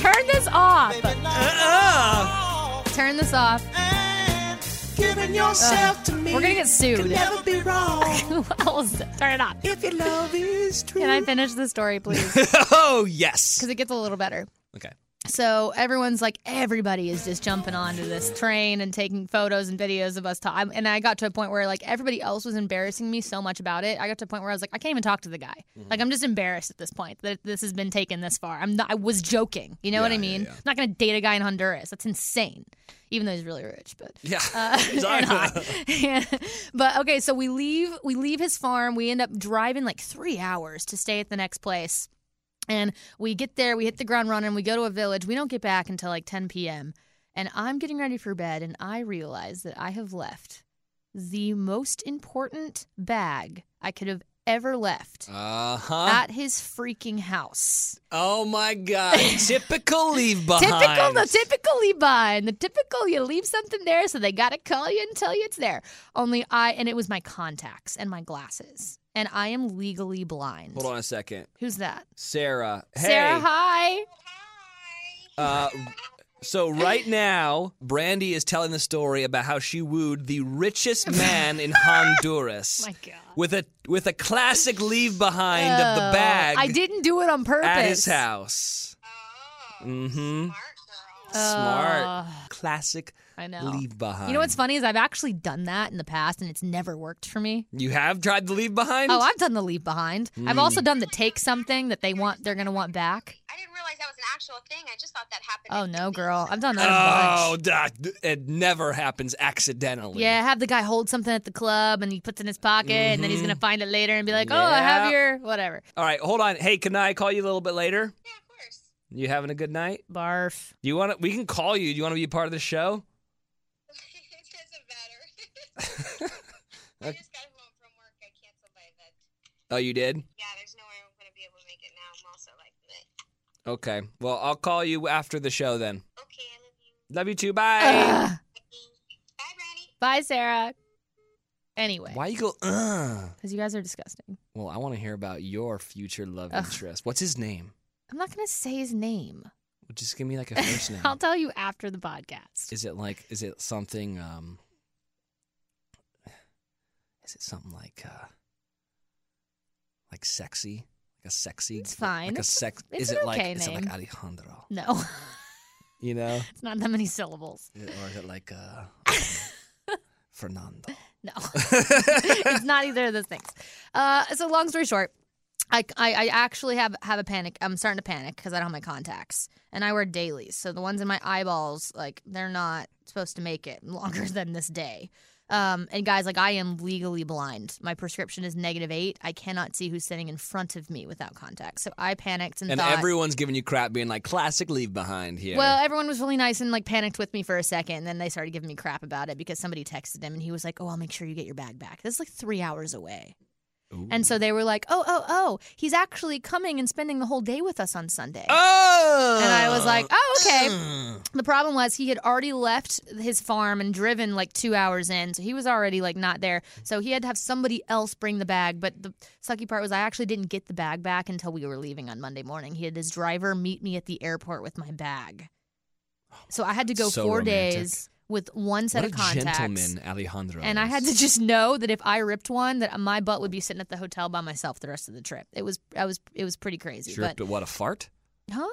Turn this off.
Uh-uh.
Turn this off. *laughs*
Giving yourself to me.
We're gonna get sued.
Never be wrong
Wells, Turn it off.
if your love is true.
Can I finish the story, please? Because
*laughs* Oh, yes.
it gets a little better.
Okay.
So everyone's like, everybody is just jumping onto this train and taking photos and videos of us talking. And I got to a point where like everybody else was embarrassing me so much about it. I got to a point where I was like, I can't even talk to the guy.
Mm-hmm.
Like I'm just embarrassed at this point that this has been taken this far. I'm not. I was joking. You know what I
yeah,
mean?
yeah.
I'm not gonna date a guy in Honduras. That's insane. Even though he's really rich, but
Yeah. Uh-huh. *laughs*
and *laughs*
Sorry.
hot. *laughs* but okay, so we leave we leave his farm. We end up driving like three hours to stay at the next place. And we get there, we hit the ground running, we go to a village. We don't get back until like 10 p.m. And I'm getting ready for bed, and I realize that I have left the most important bag I could have ever left
Uh-huh.
at his freaking house.
oh my
*laughs*
god. Typical leave behind.
Typical, the typical leave behind, the typical you leave something there, so they gotta call you and tell you it's there. Only I and it was my contacts and my glasses, and I am legally blind.
Hold on a second.
Who's that?
Sarah. Hey.
Sarah, hi.
Uh, so right now, Brandy is telling the story about how she wooed the richest man
*laughs*
in Honduras
My God.
with a with a classic leave behind of the
Oh,
bag
I didn't do it on purpose.
at his house. Mm-hmm. Smart, classic
I know.
leave behind.
You know what's funny is I've actually done that in the past, and it's never worked for me.
You have tried the leave behind.
Oh, I've done the leave behind. I've also
Hmm.
done the take something that they want, they're gonna want back.
I didn't realize that was an actual thing. I just thought that happened.
Oh
in
no,
movies.
girl, I've done that. a bunch.
Oh, duh, it never happens accidentally.
Yeah, have the guy hold something at the club and he puts it in his pocket and then he's
Mm-hmm.
gonna find it later and be like, Oh, I
Yeah.
have your whatever.
All right, hold on. Hey, can I call you a little bit later?
*laughs* Yeah, of course. *laughs*
You having a good night?
Barf.
Do you want? to We can call you. Do you want to be a part of the show? *laughs*
it doesn't matter. *laughs* I just got home from work. I canceled my event.
Oh, you did.
Yeah, there's no way I'm going to be able to make it now. I'm also like, meh.
Okay. Well, I'll call you after the show then.
okay, I love you.
Love you too. Bye.
Ugh.
Bye, Brandy.
Bye, Sarah. Anyway.
Why you go? Uh?
Because you guys are disgusting.
Well, I want to hear about your future love
Ugh.
interest. What's his name?
I'm not gonna say his name.
Well, Just give me like a
*laughs*
first name.
I'll tell you after the podcast.
Is it like? Is it something? Um. Is it something like? uh Like sexy? Like a sexy?
It's fine.
Like a
It's-
sex?
it's
is
an
it like?
okay
Is it like
name.
Alejandro?
No. *laughs*
You know,
it's not that many syllables.
or is it like uh,
*laughs*
um, Fernando?
No. *laughs* it's not either of those things. Uh, so long story short, I, I, I actually have, have a panic. I'm starting to panic because I don't have my contacts and I wear dailies. So the ones in my eyeballs, like they're not supposed to make it *laughs* longer than this day. Um, and guys, like I am legally blind. My prescription is negative eight. I cannot see who's sitting in front of me without contacts. So I panicked
*laughs*
and,
And
thought,
everyone's giving you crap, being like classic leave behind here.
well, everyone was really nice and like panicked with me for a second, and then they started giving me crap about it because somebody texted him and he was like, "Oh, I'll make sure you get your bag back." This is like three hours away. And so they were like, oh, oh, oh, he's actually coming and spending the whole day with us on Sunday.
Oh. Mm.
And I was like, oh, okay. The problem was he had already left his farm and driven like two hours in. So he was already like not there. So he had to have somebody else bring the bag. But the sucky part was I actually didn't get the bag back until we were leaving on Monday morning. He had his driver meet me at the airport with my bag. So I had to go
So
four
romantic.
days with one set
what a
of contacts.
gentleman, Alejandro.
And I
is.
had to *laughs* just know that if I ripped one, that my butt would be sitting at the hotel by myself the rest of the trip. It was, I was, it was pretty crazy.
If you ripped
but
a- what a fart?
huh?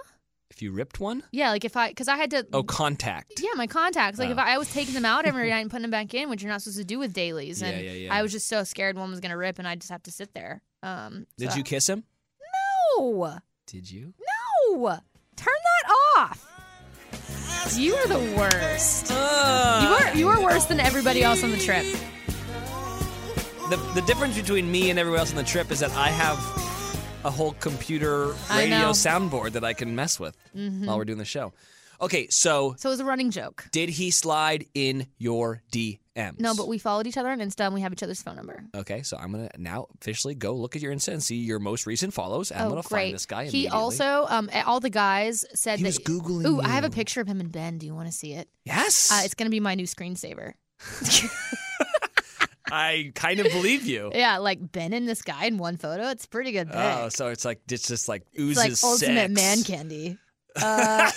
If you ripped one?
Yeah, like if I, because I had to
Oh, contact.
Yeah, my contacts. Like if
Oh.
I, I was taking them
*laughs*
out every night and putting them back in, which you're not supposed to do with dailies,
Yeah,
and
yeah, yeah.
I was just so scared one was gonna rip, and I just have to sit there. Um,
Did
so
you kiss him?
No,
Did you?
no, turn that off. You are the worst.
Ah.
You are you are worse than everybody else on the trip.
The, the difference between me and everyone else on the trip is that I have a whole computer
I
radio
know. Mm-hmm.
soundboard that I can mess with while we're doing the show. Okay, so
So it was a running joke.
did he slide in your DMs?
No, but we followed each other on Insta and we have each other's phone number.
Okay, so I'm gonna now officially go look at your Insta and see your most recent follows. And I'm
oh,
gonna
great.
find this guy.
He
immediately.
also, um, all the guys said
He
that.
was Googling
Ooh, I have a
you.
picture of him and Ben. Do you want to see it?
yes.
Uh, it's gonna be my new screensaver.
I kind of believe
*laughs*
you.
Yeah, like Ben and this guy in one photo. It's pretty good. Pic.
Oh, so it's like it's just like
it's
oozes
like ultimate
sex. *laughs*
man candy. Uh,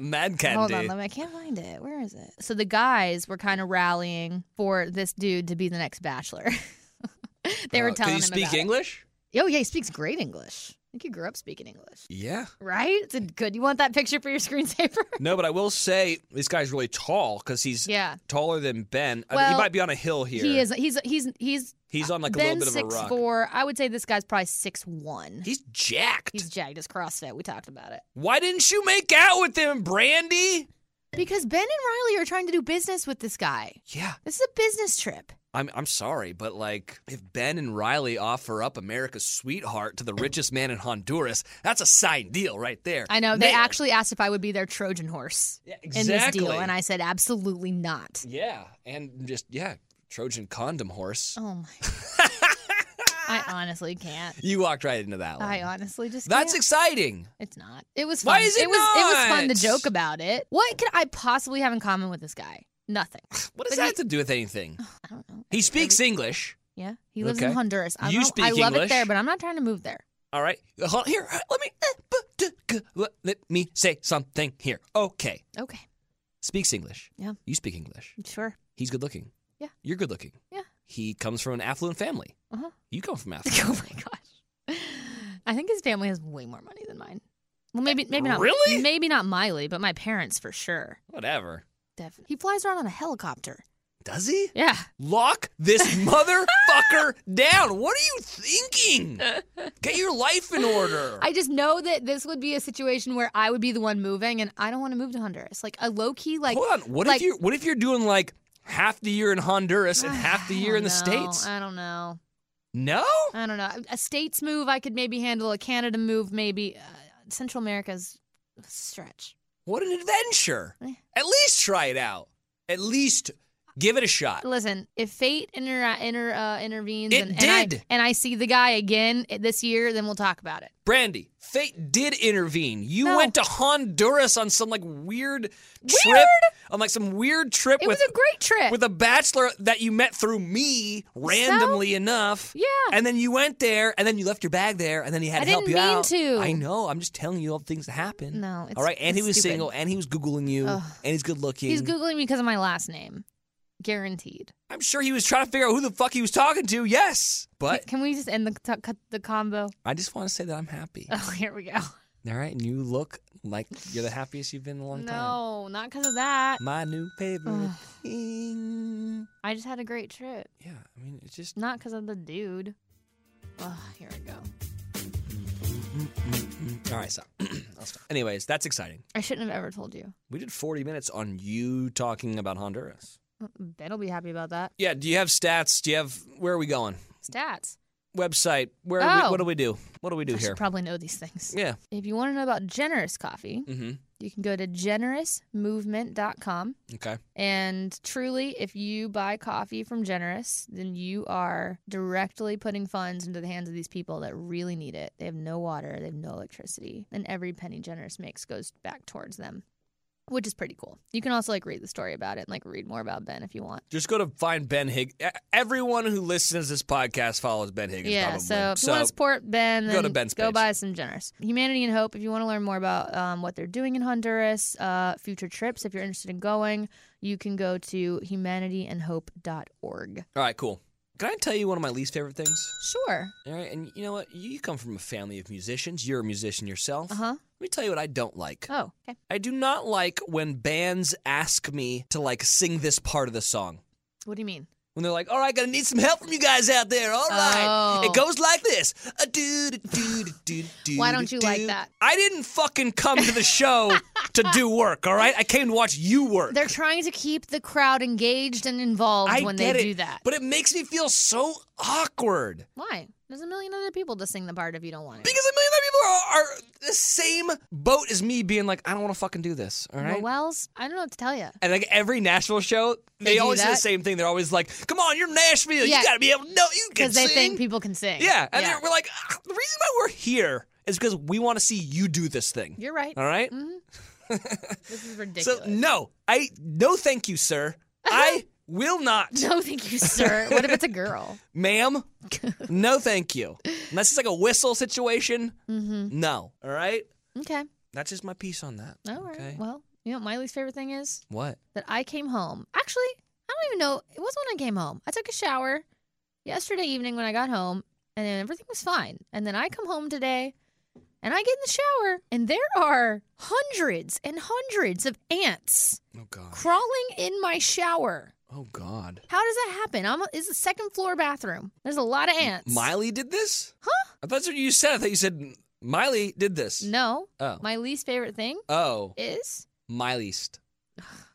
Mad *laughs*
hold
candy.
on, let me, I can't find it. Where is it? So the guys were kind of rallying for this dude to be the next bachelor. *laughs* they were
Uh,
telling
Can you
him
speak
about
English?
It. Oh yeah, he speaks great English. I think he grew up speaking English,
Yeah.
right? It's a good. You want that picture for your *laughs* screensaver?
No, but I will say this guy's really tall because he's
yeah,
taller than Ben. I mean,
Well,
he might be on a hill here.
he is. He's he's he's
He's on like a
Ben
little bit of a
six
rock.
four. I would say this guy's probably six one.
He's jacked.
He's jagged as CrossFit. We talked about it.
Why didn't you make out with him, Brandy?
Because Ben and Riley are trying to do business with this guy.
Yeah,
This is a business trip.
I'm. I'm sorry, but like, if Ben and Riley offer up America's sweetheart to the richest man in Honduras, that's a signed deal right there.
I know. They
Nailed.
actually asked if I would be their Trojan horse
Yeah,
in this deal,
exactly.
and I said absolutely not.
Yeah, and just yeah, Trojan condom horse.
Oh my! I honestly can't.
*laughs* You walked right into that one.
I honestly just
That's
can't.
exciting.
it's not. It was fun.
Why is it
was it was fun to
not?
joke about it. What could I possibly have in common with this guy? Nothing.
What does
But
that
he-
have to do with anything?
*sighs* I don't know.
He speaks English.
Yeah, he lives in
Okay.
Honduras. I,
You
don't- I
speak
love
English.
it there, but I'm not trying to move there.
All right. Hold- Here, let me eh, let me say something here. Okay.
Okay,
Speaks English.
Yeah.
You speak English.
sure.
He's good looking.
Yeah.
You're good looking.
Yeah.
He comes from an affluent family.
Uh-huh.
You come
*laughs*
from affluent.
*laughs* oh my gosh. I think his family has way more money than mine. Well, maybe maybe not.
Really?
Maybe not Miley, but my parents for sure.
Whatever.
Definitely. He flies around on a helicopter.
Does he?
Yeah.
Lock this
*laughs*
motherfucker down. What are you
*laughs*
thinking? Get your life in order.
I just know that this would be a situation where I would be the one moving, and I don't want to move to Honduras. Like a low key, like
Hold on. What
like,
if you what if you're doing like half the year in Honduras and half
*sighs*
the
I
year in the
don't know.
States?
I don't know.
no?
I don't know. A states move I could maybe handle. A Canada move maybe. Uh, Central America's a stretch.
What an adventure.
Eh.
At least try it out. At least give it a shot.
Listen, if fate inter, inter, uh, intervenes
It
and, and
did.
I, and I see the guy again eh, this year, then we'll talk about it.
Brandy, fate did intervene. You
No.
went to Honduras on some like weird trip. On like some weird trip
It
with
was a great trip.
with a bachelor that you met through me randomly enough.
Yeah.
And then you went there and then you left your bag there and then he had
I
to help
didn't
you
mean
out.
to.
I know. I'm just telling you all the things that happened.
No, it's-
all right. And he
it's
was
stupid.
single and he was Googling you
Ugh.
and he's good looking.
He's googling me because of my last name, guaranteed.
I'm sure he was trying to figure out who the fuck he was talking to. Yes.
*laughs*
But
Can we just end the t- cut the
*laughs*
combo?
I just want to say that I'm happy.
Oh, here we go.
All right. And you look like you're the happiest you've been in a long time.
No, not because of that.
My new favorite
Ugh.
thing.
I just had a great trip,
Yeah. I mean, it's just.
not because of the dude. Oh, here we go.
mm, All right. So *clears throat* I'll stop. Anyways, that's exciting.
I shouldn't have ever told you.
We did 40 minutes on you talking about Honduras.
Ben'll be happy about that.
Yeah, do you have stats? Do you have where are we going?
Stats.
Website. Where are we,
Oh.
what do we do? What do we do
I
here?
should probably know these things.
yeah.
If you want to know about generous coffee,
Mhm.
You can go to generousmovement.com.
Okay.
And truly, if you buy coffee from Generous, then you are directly putting funds into the hands of these people that really need it. They have no water, they have no electricity, and every penny Generous makes goes back towards them, which is pretty cool. You can also like read the story about it and like read more about Ben if you want.
Just go to find Ben Higgins. Everyone who listens to this podcast follows Ben Higgins.
yeah,
probably.
so if you want to support Ben,
go to
then
Ben's
go
page.
buy some Generous. Humanity and Hope, if you want to learn more about um, what they're doing in Honduras, uh, future trips, if you're interested in going, you can go to humanityandhope.org.
all right, cool. Can I tell you one of my least favorite things?
Sure.
All right, and you know what? You come from a family of musicians. You're a musician yourself.
Uh huh.
Let me tell you what I don't like.
Oh, okay.
I do not like when bands ask me to like sing this part of the song.
What do you mean?
When they're like, "All right, gonna need some help from you guys out there." All right,
Oh.
it goes like this: a do do do do.
Why don't you like that?
I didn't fucking come to the show to do work. All right, I came to watch you work.
They're trying to keep the crowd engaged and involved
I
when
get
they
it,
do that.
but it makes me feel so awkward
Why? There's a million other people to sing the part if you don't want it.
because a million other people are, are the same boat as me, being like, "I don't want to fucking do this." All right.
Well, Wells, I don't know what to tell you.
And like every Nashville show, they,
They do
always say the
that?
same thing. They're always like, "Come on, you're Nashville.
Yeah.
You gotta be able to know you can
Because they
sing."
think people can sing.
yeah, and they're- we're like, "Ah, the reason why we're here is because we want to see you do this thing.
You're right. Mm-hmm.
All right? *laughs*
This is
so
ridiculous.
no, I no, thank you,
*laughs*
sir. I will not,
no, thank you, sir. What if it's
*laughs*
a girl? *laughs*
ma'am. No, thank you. Unless it's like a whistle situation. Mm-hmm. No. All right.
Okay.
That's just my piece on that.
All right.
Okay.
Well, you know what my least favorite thing is?
What?
That I came home. Actually, I don't even know. It was when I came home. I took a shower yesterday evening when I got home, and then everything was fine. And then I come home today, and I get in the shower, and there are hundreds and hundreds of ants
Oh God.
crawling in my shower.
Oh God.
How does that happen? I'm is the second floor bathroom. There's a lot of ants.
Miley did this? Huh? I thought that's what you said. I thought you said Miley did this.
no,
Oh.
my least favorite thing
Oh,
is *sighs*
Mileyst.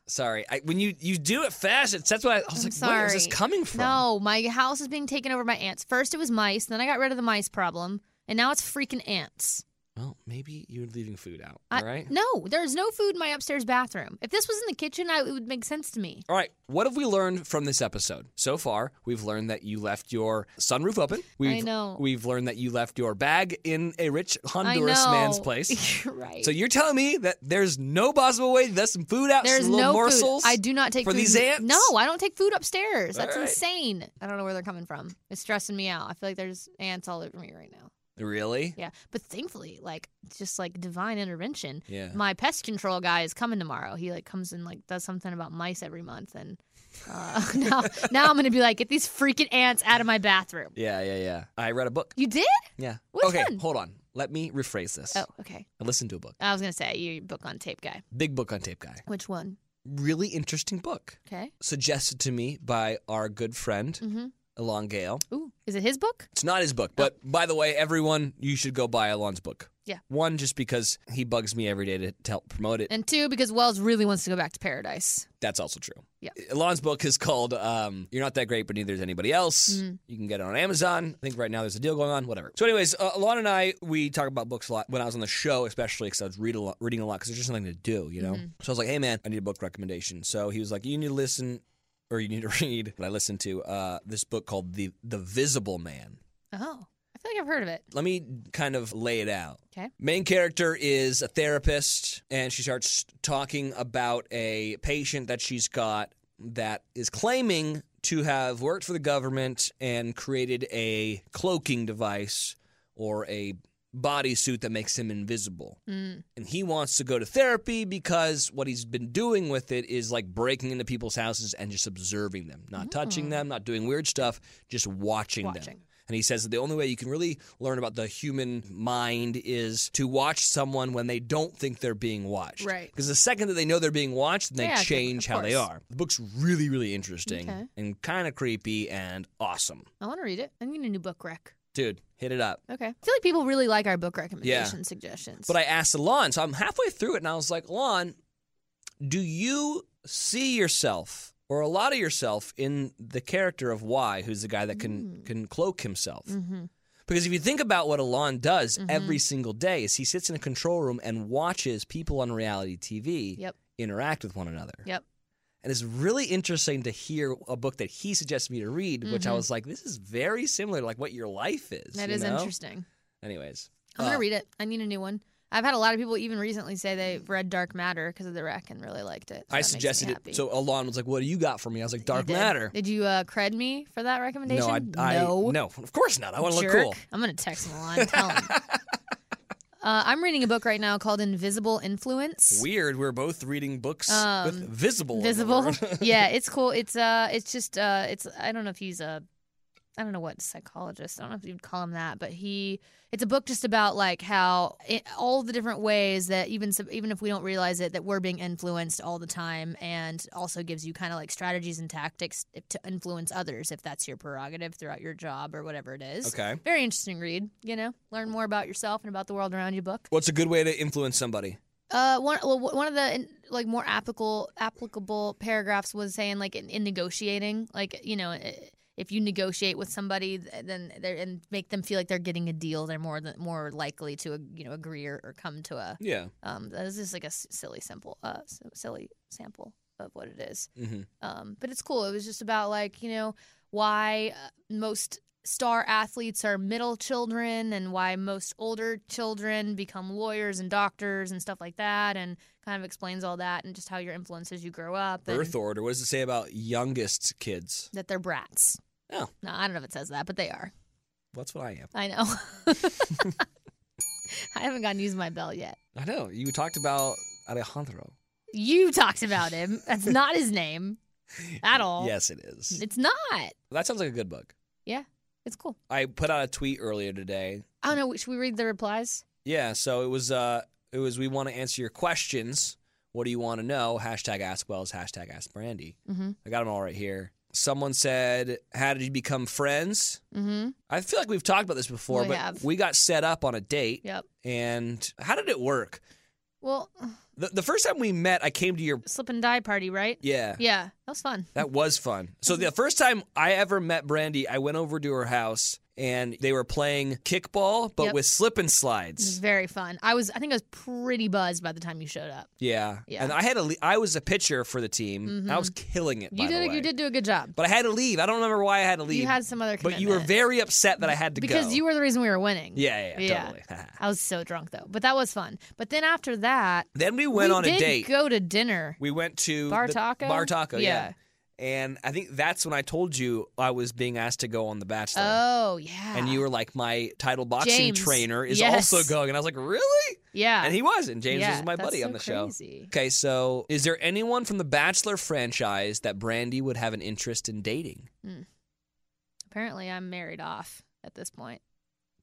Sorry. I, when you, you do it fast, it's, that's why I, I was
I'm
like, where is this
sorry.
coming from?
No, my house is being taken over by ants. First it was mice, then I got rid of the mice problem, and now it's freaking ants.
Well, maybe you're leaving food out.
I-
all right.
No, there's no food in my upstairs bathroom. If this was in the kitchen, I, it would make sense to me.
All right. What have we learned from this episode? So far, we've learned that you left your sunroof open. We've,
know.
We've learned that you left your bag in a rich Honduras
I know. *laughs*
man's place.
You're right.
So you're telling me that there's no possible way that's some food out,
there's
some little
no
morsels?
food. I do not take
for
food.
these ants?
No, I don't take food upstairs. That's
All right.
insane. I don't know where they're coming from. It's stressing me out. I feel like there's ants all over me right now.
Really?
Yeah, but thankfully, like it's just like divine intervention.
Yeah.
My pest control guy is coming tomorrow. He like comes and like does something about mice every month, and uh, *laughs* now now I'm gonna be like, get these freaking ants out of my bathroom.
Yeah, yeah, yeah. I read a book.
You did?
Yeah.
Which
okay,
one?
hold on. Let me rephrase this.
Oh, okay.
I listened to a book.
I was gonna say you book on tape guy.
Big book on tape guy.
Which one?
Really interesting book.
Okay.
Suggested to me by our good friend,
Mhm.
Alon Gale.
Ooh, is it his book?
It's not his book, but by the way, everyone, you should go buy Alon's book.
Yeah.
One, just because he bugs me every day to, to help promote it.
And two, because Wells really wants to go back to paradise.
That's also true.
Yeah.
Alon's book is called um, You're Not That Great, But Neither Is Anybody Else. You can get it on Amazon. I think right now there's a deal going on, whatever. So, anyways, uh, Alon and I, we talk about books a lot when I was on the show, especially because I was read a lot, reading a lot because there's just nothing to do, you know? So I was like, hey, man, I need a book recommendation. So he was like, you need to listen or you need to *laughs* read. But I listened to uh, this book called The, the Visible Man.
Oh, I feel like I've heard of it.
Let me kind of lay it out.
Okay.
Main character is a therapist, and she starts talking about a patient that she's got that is claiming to have worked for the government and created a cloaking device or a bodysuit that makes him invisible.
Mm,
And he wants to go to therapy because what he's been doing with it is like breaking into people's houses and just observing them, not touching them, not doing weird stuff, just watching, them.
Mm. Watching.
And he says that the only way you can really learn about the human mind is to watch someone when they don't think they're being watched.
Right.
Because the second that they know they're being watched, they
Yeah, sure,
change
of
how they
course.
are. The book's really, really interesting
Okay.
and kind of creepy and awesome.
I want to read it. I need a new book rec.
Dude, hit it up.
Okay. I feel like people really like our book recommendation suggestions.
But I asked Alon, so I'm halfway through it, and I was like, Alon, do you see yourself or a
Mm. Mm-hmm.
lot of yourself in the character of Y, who's the guy that can can cloak himself? Because if you think about what Alon does every single day is he sits in a control room and watches people on reality TV
Yep.
interact with one another.
Yep.
And it's really interesting to hear a book that he suggested me to read, which I was like, this is very similar to like what your life is.
Mm-hmm. That
you
is
know?
interesting.
Anyways.
I'm gonna
Uh,
read it. I need a new one. I've had a lot of people even recently say they read Dark Matter because of the wreck and really liked
I
it. so that makes me
suggested
happy.
it. So Alon was like, what do you got for me? I was like,
You
Dark
did.
Matter.
Did you uh, cred me for that recommendation?
No, I, I
no.
of course not. I want to look
Jerk.
cool.
I'm gonna text him a lot and tell him. Uh, I'm reading a book right now called Invisible Influence.
*laughs* Weird. We're both reading books with
Um,
visible. in the
Visible.
word. *laughs*
*laughs* yeah, it's cool. It's uh, it's just uh, it's I don't know if he's a, I don't know what psychologist. I don't know if you'd call him that, but he. It's a book just about like how it, all the different ways that even some- even if we don't realize it that we're being influenced all the time, and also gives you kind of like strategies and tactics to influence others if that's your prerogative throughout your job or whatever it is.
okay.
Very interesting read. You know, learn more about yourself and about the world around you. Book.
What's a good way to influence somebody?
Uh, one well, one of the in, like more applicable applicable paragraphs was saying like in, in negotiating, like you know, eh, if you negotiate with somebody, th- then they're and make them feel like they're getting a deal, they're more than, more likely to uh, you know agree or, or come to a.
Yeah.
Um, that is just like a s- silly simple, uh, s- silly sample of what it is.
Mm-hmm.
Um, but it's cool. It was just about like you know why uh, most star athletes are middle children and why most older children become lawyers and doctors and stuff like that, and kind of explains all that and just how your influence as you grow up. and
Birth order. What does it say about youngest kids?
that they're brats.
Oh.
no, I don't know if it says that, but they are.
That's what I am.
I know. *laughs* I haven't gotten used to my bell yet.
I know. You talked about Alejandro.
You talked about him. That's not his name at all.
Yes, it is.
it's not.
That sounds like a good book.
It's cool.
I put out a tweet earlier today
I don't know. Should we read the replies?
Yeah, so it was uh it was we want to answer your questions. What do you want to know? Hashtag ask Wells, hashtag ask Brandy.
Mm-hmm.
I got them all right here. Someone said, How did you become friends?
Mm-hmm.
I feel like we've talked about this before,
We
but
have.
we got set up on a date.
Yep.
And how did it work?
Well,
The, the first time we met, I came to your.
slip and die party, right?
Yeah.
Yeah, that was fun.
That was fun. So the first time I ever met Brandy, I went over to her house and they were playing kickball, but
Yep.
with slip and
It was
slides.
very fun. I was, I think I was pretty buzzed by the time you showed up.
Yeah.
Yeah. Mm-hmm.
And I had a le- I was a pitcher for the team. and I was killing it.
You
by the
did,
way.
you did do a good job.
But I had to leave. I don't remember why I had to leave.
You had some other
but
commitment.
you were very upset that I had to
because
go.
you were the reason we were winning.
Yeah, yeah, yeah,
Yeah.
totally. *laughs*
I was so drunk though, but that was fun. But then after that,
then we went
we
on
did
a date.
Go to dinner.
we went to
Bar
the-
Taco?
Bar Taco, yeah.
Yeah.
And I think that's when I told you I was being asked to go on The Bachelor.
oh yeah,
and you were like, my title boxing
James.
trainer is
Yes.
also going. And I was like, really?
yeah,
And he was. And James
yeah,
was my
that's
buddy
so
on the show.
crazy.
Okay, so is there anyone from the Bachelor franchise that Brandy would have an interest in dating?
Apparently, I'm married off at this point.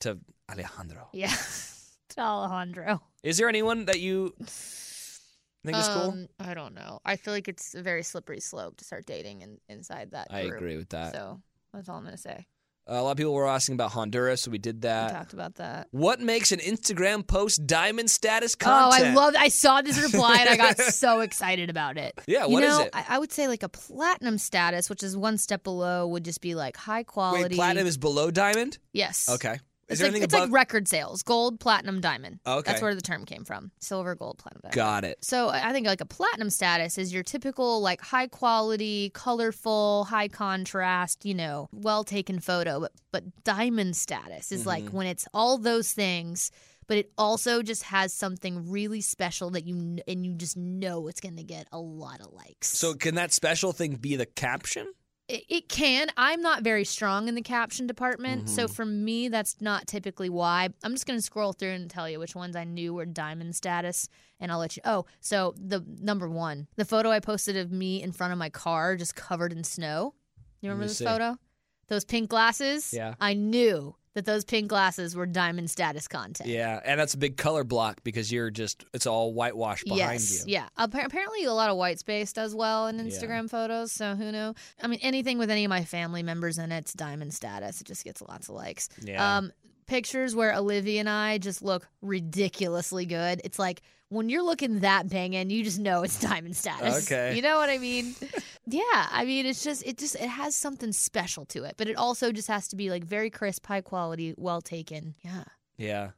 To Alejandro.
Yeah, *laughs* to Alejandro.
Is there anyone that you think is cool?
Um, I don't know. I feel like it's a very slippery slope to start dating in, inside that.
I
group.
agree with that.
So that's all I'm gonna say.
a lot of people were asking about Honduras, so we did
we
that.
talked about that.
What makes an Instagram post diamond status
Oh, I
content?
love. I saw this reply and I
*laughs*
got so excited about it.
Yeah,
you
what is
know,
it?
I, I would say like a platinum status, which is one step below, would just be like high quality.
Wait, platinum is below diamond.
Yes.
Okay. Is
It's,
there
like,
anything
it's
above?
like record sales, gold, platinum, diamond.
Okay.
That's where the term came from. Silver, gold, platinum, diamond.
Got it.
So I I think like a platinum status is your typical like high quality, colorful, high contrast, you know, well taken photo. But but diamond status is like when it's all those things, but it also just has something really special that you kn- and you just know it's going to get a lot of likes.
So can that special thing be the caption?
it, it can. I'm not very strong in the caption department, so
Mm-hmm.
for me that's not typically why. I'm just going to scroll through and tell you which ones I knew were diamond status and I'll let you Oh, so the number 1, the photo I posted of me in front of my car just covered in snow.
Let me
You remember this
see.
photo? Those pink glasses?
Yeah.
I knew that those pink glasses were diamond status content.
Yeah, and that's a big color block because you're just—it's all whitewash behind
yes,
you.
Yeah. Appa- apparently, a lot of white space does well in Instagram photos. So who knows? I mean, anything with any of my family members in it's diamond status. It just gets lots of likes.
Yeah.
Um, pictures where Olivia and I just look ridiculously good. It's like when you're looking that banging, you just know it's diamond status.
Okay. *laughs*
You know what I mean? Yeah, I mean, it's just it just it has something special to it, but it also just has to be like very crisp, high quality, well taken. Yeah,
Yeah.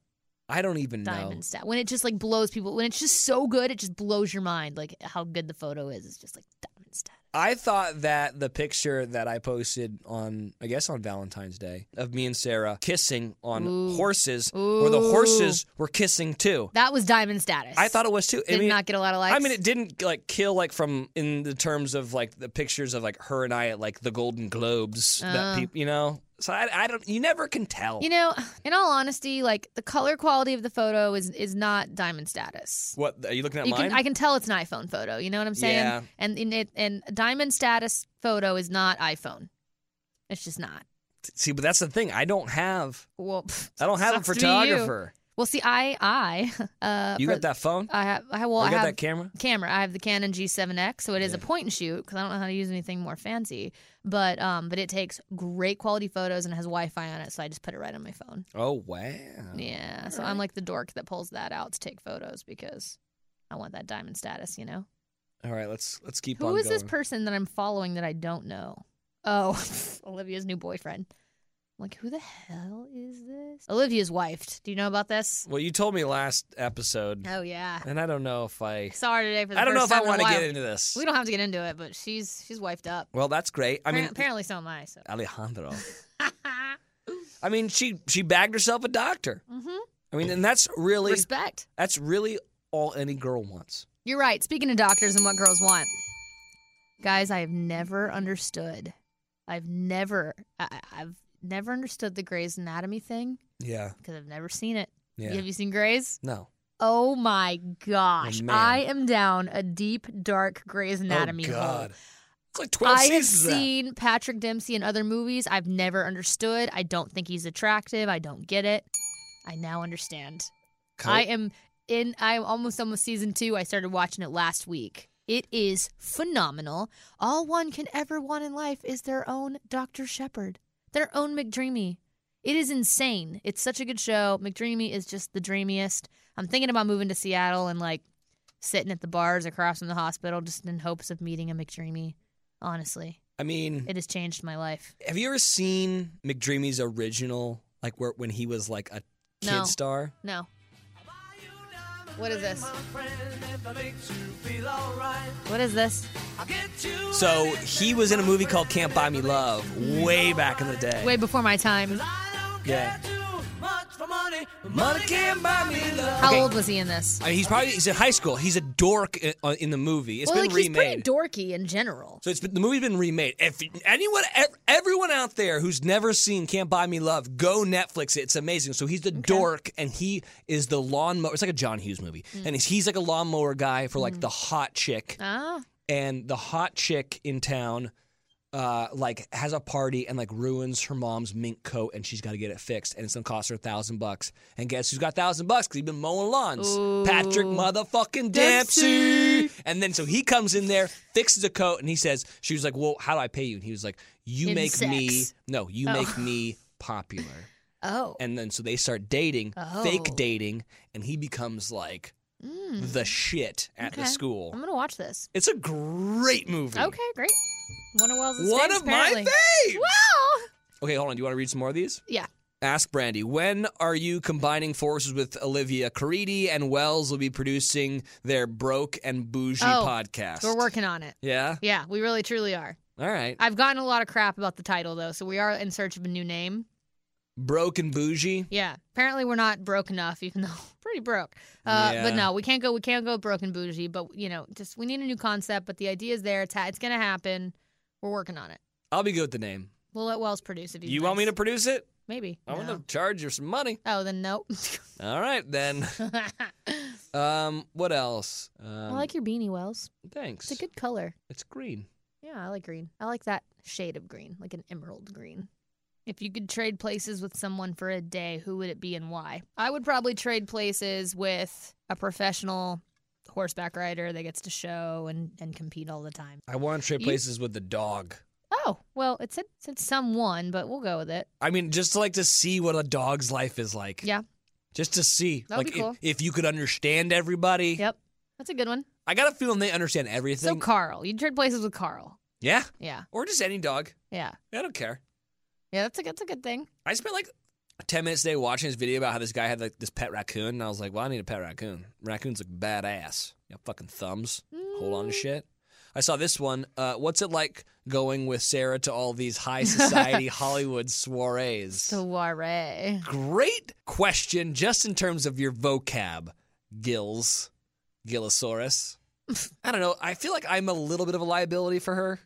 I don't even
diamond stat. When it just like blows people, when it's just so good, it just blows your mind. Like how good the photo is. It's just like diamond stat.
know. I thought that the picture that I posted on, I guess on Valentine's Day, of me and Sarah kissing on
Ooh.
horses, where the
Ooh.
horses were kissing too.
That was diamond status.
I thought it was too.
did
I mean,
not get a lot of likes.
I mean, it didn't like kill like from in the terms of like the pictures of like her and I at like the Golden Globes that
Oh.
people, you know. So I, I don't. You never can tell.
You know, in all honesty, like the color quality of the photo is is not diamond status.
what are you looking at?
You
mine.
can I can tell it's an iPhone photo. You know what I'm saying?
Yeah.
And in it and diamond status photo is not iPhone. It's just not.
See, but that's the thing. I don't have.
Well, pff,
I don't have a
sucks to be you.
photographer.
Well, see, I I *laughs* uh
You
for-
got that phone?
I have I well
you
I
got
have
that camera?
camera. I have the Canon G7X, so it is a point and shoot because I don't know how to use anything more fancy. But um, but it takes great quality photos and has Wi-Fi on it, so I just put it right on my phone.
Oh wow.
Yeah, so I'm like the dork that pulls that out to take photos because I want that diamond status, you know.
All right, let's let's keep on
Who is this
going.
person that I'm following that I don't know? Oh, *laughs* Olivia's new boyfriend. I'm like, who the hell is this? Olivia's wife. Do you know about this?
well, you told me last episode,
Oh yeah.
and I don't know if I.
Saw her today for the
Mm. I don't know if
first
I
time in a
want to get
while.
into this.
We don't have to get into it, but she's she's wifed up.
Well, that's great. I
I mean,
mean, uh,
apparently so am I. So. *laughs*
Alejandro. I mean, she she bagged herself a doctor.
Mhm.
I mean, and that's really
Respect.
that's really all any girl wants.
You're right. Speaking of doctors and what girls want, guys, I have never understood. I've never, I, I- I've never understood the Grey's Anatomy thing
Yeah.
because I've never seen it.
Yeah.
Have you seen Grey's?
No.
Oh my gosh!
Oh, man.
I am down a deep, dark Grey's Anatomy
oh
hole.
God. It's like twelve
I have
seasons. of that.
seen Patrick Dempsey in other movies. I've never understood. I don't think he's attractive. I don't get it. I now understand.
Cool.
I am in. I'm almost almost season two. I started watching it last week. It is phenomenal. All one can ever want in life is their own Doctor Shepard, their own McDreamy. It is insane. It's such a good show. McDreamy is just the dreamiest. I'm thinking about moving to Seattle and like sitting at the bars across from the hospital, just in hopes of meeting a McDreamy. Honestly,
I mean,
it has changed my life.
have you ever seen McDreamy's original, like where when he was like a kid
No.
star?
No. What is this? What is this?
So he was in a movie called Can't Buy Me Love way back in the day.
Way before my time.
Yeah. Money can't buy me love.
How old was he in this?
I mean, he's probably he's in high school. He's a dork in, uh, in the movie. It's
well,
been
like he's
remade.
pretty dorky in general.
so it's been, the movie's been remade. If anyone, ev- everyone out there who's never seen Can't Buy Me Love, go Netflix it. It's amazing. So he's the dork, and he is the lawnmower. It's like a John Hughes movie,
Mm.
and he's, he's like a lawnmower guy for like the hot chick,
Ah,
and the hot chick in town. Uh, like has a party and like ruins her mom's mink coat and she's got to get it fixed and it's gonna cost her a thousand bucks and guess who's got a thousand bucks because he's been mowing lawns Patrick motherfucking Dempsey. and then so he comes in there fixes a coat and he says she was like well how do I pay you and he was like you
In
make me
sex.
no you
Oh.
make me popular
oh,
and then so they start dating fake
Oh.
dating and he becomes like the shit at the
Okay.
school
Mm. I'm gonna watch this.
it's a great movie
Okay, great. One of Wells'
one
faves,
of my
apparently.
faves.
Well,
Okay, hold on. Do you want to read some more of these?
yeah.
Ask Brandy. When are you combining forces with Olivia Caridi and Wells? Will be producing their broke and bougie
Oh,
podcast.
We're working on it.
Yeah.
Yeah, we really truly are.
All right.
I've gotten a lot of crap about the title though, so we are in search of a new name.
Broke and bougie.
Yeah. Apparently we're not broke enough, even *laughs* though pretty broke. Uh, But
Yeah.
no, we can't go. We can't go broke and bougie. But you know, just we need a new concept. But the idea is there. It's ha- it's gonna happen. We're working on it.
I'll be good with the name.
We'll let Wells produce if
You want me to
thinks.
produce it?
Maybe.
I want
No.
to charge you some money.
Oh, then *laughs* no.
All right then. Um, what else? Um,
I like your beanie, Wells.
Thanks.
It's a good color.
It's green.
Yeah, I like green. I like that shade of green, like an emerald green. If you could trade places with someone for a day, who would it be and why? I would probably trade places with a professional horseback rider that gets to show and, and compete all the time.
I want to trade
You-
places with the dog.
Oh, well, it said, said someone, but we'll go with it.
I mean, just like to see what a dog's life is like.
Yeah.
Just to see,
That would
like
be cool.
if, if you could understand everybody.
Yep. That's a good one.
I got a feeling they understand everything.
So, Carl, you'd trade places with Carl.
Yeah.
Yeah,
Or just any dog.
yeah,
I don't care.
yeah. That's a that's a good thing.
I spent like 10 minutes today watching this video about how this guy had like this pet raccoon. And I was like, well, I need a pet raccoon. Raccoons look badass. You got fucking thumbs. Hold
Mm.
on to shit. I saw this one. Uh, what's it like going with Sarah to all these
*laughs*
high society Hollywood soirees? *laughs*
Soiree.
Great question, just in terms of your vocab, Gills, Gillosaurus. I don't know. I feel like I'm a little bit of a liability for her.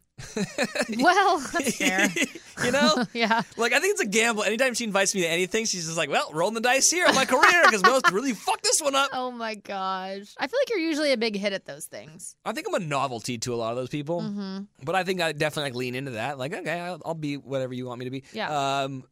Well,
*laughs*
that's fair. *laughs*
you know?
yeah.
Like, I think it's a gamble. Anytime she invites me to anything, she's just like, well, rolling the dice here on my career because Will's really fucked this one up.
Oh my gosh. I feel like you're usually a big hit at those things. Mm-hmm.
I think I'm a novelty to a lot of those people, but I think I definitely like lean into that. Like, okay, I'll, I'll be whatever you want me to be.
Yeah.
Um,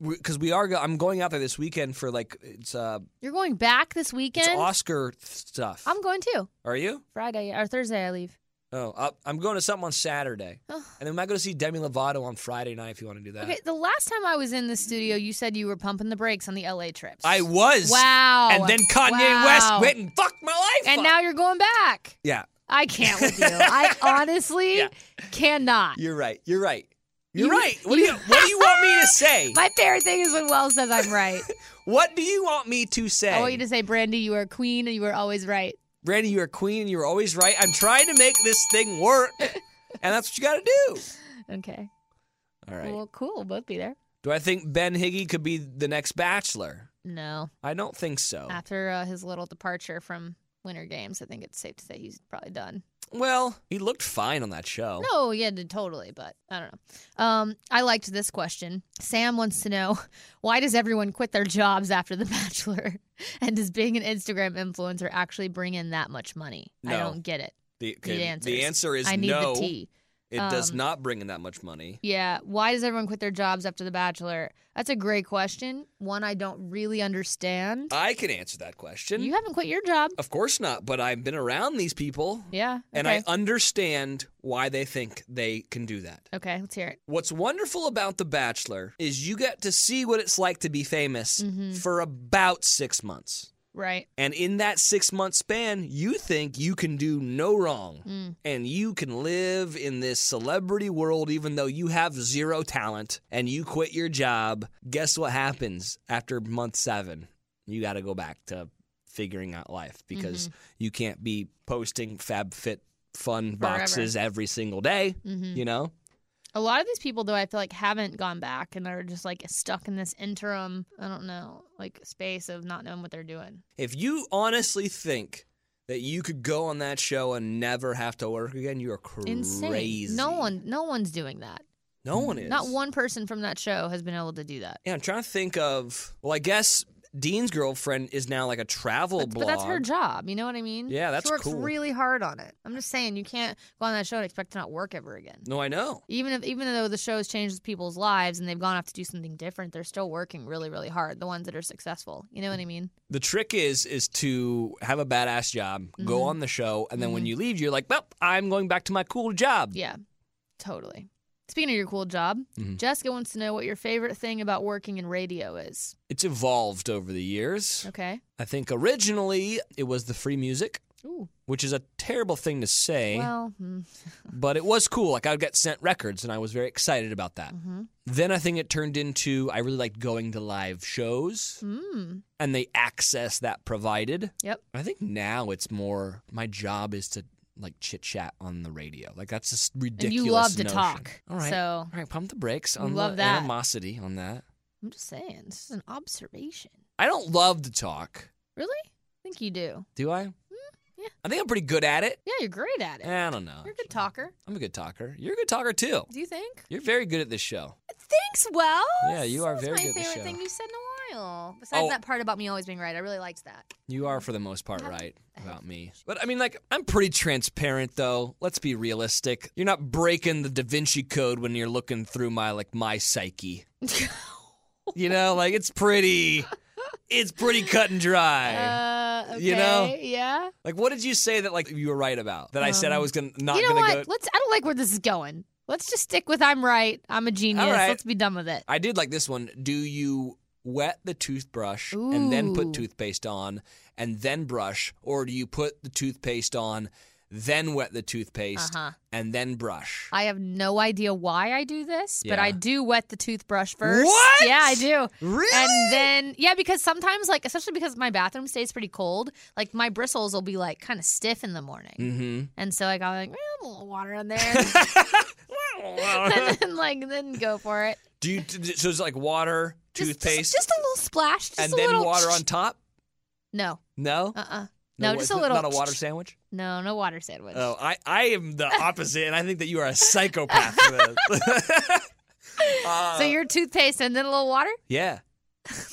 because we are, go- I'm going out there this weekend for like it's uh
You're going back this weekend.
it's Oscar stuff.
I'm going too.
are you?
Friday or Thursday, I leave.
Oh, I, I'm going to something on Saturday, and then I might go to see Demi Lovato on Friday night if you want to do that.
Okay, the last time I was in the studio, you said you were pumping the brakes on the LA trips.
I was.
Wow.
And then Kanye
Wow.
West went and fucked my life.
And
up.
now you're going back.
yeah,
I can't
*laughs*
with you. I honestly
Yeah.
cannot.
You're right. You're right. You're
You-
right. What do you What do you want
*laughs*
me to say?
My favorite thing is when Wells says
*laughs*
I'm right.
what do you want me to say?
I want Oh, you to say, Brandy, you are a queen and you are always right.
Brandy, you're a queen and you're always right. I'm trying to make this thing work, and that's what you got to do.
Okay.
All right.
Well, cool. We'll both be there.
do I think Ben Higgy could be the next Bachelor?
No.
I don't think so.
After uh, his little departure from Winter Games, I think it's safe to say he's probably done.
Well, he looked fine on that show.
No, yeah, d- totally, but I don't know. Um, I liked this question. Sam wants to know *laughs* why does everyone quit their jobs after The Bachelor? *laughs* And does being an Instagram influencer actually bring in that much money? I
No.
don't get it.
The,
Need answers.
the answer is
I need
no.
the tea.
It does
Um,
not bring in that much money.
Yeah. Why does everyone quit their jobs after The Bachelor? That's a great question. One I don't really understand.
I can answer that question.
you haven't quit your job.
of course not, but I've been around these people
Yeah.
And
okay.
I understand why they think they can do that.
Okay, let's hear it.
What's wonderful about The Bachelor is you get to see what it's like to be famous
Mm-hmm.
for about six months.
Right.
And in that six month span, you think you can do no wrong
Mm,
and you can live in this celebrity world even though you have zero talent and you quit your job. Guess what happens after month seven? You got to go back to figuring out life because
Mm-hmm.
you can't be posting fab fit fun boxes every single day,
mm-hmm.
you know?
A lot of these people, though, I feel like haven't gone back and they're just like stuck in this interim, I don't know, like space of not knowing what they're doing.
If you honestly think that you could go on that show and never have to work again, you are crazy.
Insane. No one, no one's doing that.
No one is.
Not one person from that show has been able to do that.
Yeah, I'm trying to think of. Well, I guess Dean's girlfriend is now like a travel
But,
blog.
but that's her job. You know what I mean?
Yeah, that's
she works
cool.
really hard on it. I'm just saying, you can't go on that show and expect to not work ever again.
No, I know.
Even if, even though the show's changed people's lives and they've gone off to do something different, they're still working really, really hard. The ones that are successful, you know what I mean?
The trick is is to have a badass job,
Mm-hmm.
go on the show, and then when you leave, you're like, well, I'm going back to my cool job.
Yeah, totally. Speaking of your cool job,
Mm-hmm.
Jessica wants to know what your favorite thing about working in radio is.
It's evolved over the years.
Okay.
I think originally it was the free music,
Ooh.
which is a terrible thing to say.
Well, hmm,
but it was cool. Like I would get sent records, and I was very excited about
Mm.
that.
mm-hmm,
Then I think it turned into I really liked going to live shows
mm,
and the access that provided.
Yep.
I think now it's more my job is to like chit chat on the radio. Like that's just
and
ridiculous.
you love to
notion.
talk.
All right.
So
all right, pump the brakes on
love
the
that.
animosity on that.
I'm just saying, this is an observation.
I don't love to talk,
Really? I think you do.
do I?
Mm, yeah.
I think I'm pretty good at it.
Yeah, you're great at it.
Eh, I don't know.
You're a good talker.
I'm a good talker. You're a good talker too.
Do you think?
You're very good at this show.
Thanks, Wells.
Yeah, you are
That was
very
my
good at the
favorite
show.
thing you said in a while. Besides
Oh.
that part about me always being right, I really liked that.
You are, for the most part, right about
*laughs*
me. But I mean, like, I'm pretty transparent, though. Let's be realistic. You're not breaking the Da Vinci Code when you're looking through my like my psyche. you know, like it's pretty, it's pretty cut and dry.
Uh, okay.
You know?
Yeah.
like, what did you say that like you were right about? That I said I was gonna not
Um, you know
gonna
what?
go.
Let's. I don't like where this is going. Let's just stick with I'm right. I'm a genius.
right.
Let's be done with it.
I did like this one. Do you wet the toothbrush and then
Ooh.
put toothpaste on and then brush, or do you put the toothpaste on? then wet the toothpaste,
Uh-huh.
and then brush.
I have no idea why I do this, but
Yeah.
I do wet the toothbrush first.
What?
Yeah, I do.
Really?
And then yeah, because sometimes like especially because my bathroom stays pretty cold, like my bristles will be like kind of stiff in the morning,
mm-hmm.
and so I got like eh, a little water
*laughs*
on there, *laughs* and then like then go for it.
Do you? So it's like water,
Just- just-
toothpaste,
just, a little splash, just
and
a
then
little
water on top.
No,
No,
uh, uh no, just
it's
a
not-
little.
Not a water
*laughs*
sandwich.
No, no water sandwich.
Oh, I, I am the opposite, and I think that you are a psychopath. for *laughs* that. Uh,
so your toothpaste and then a little water. *laughs*
yeah,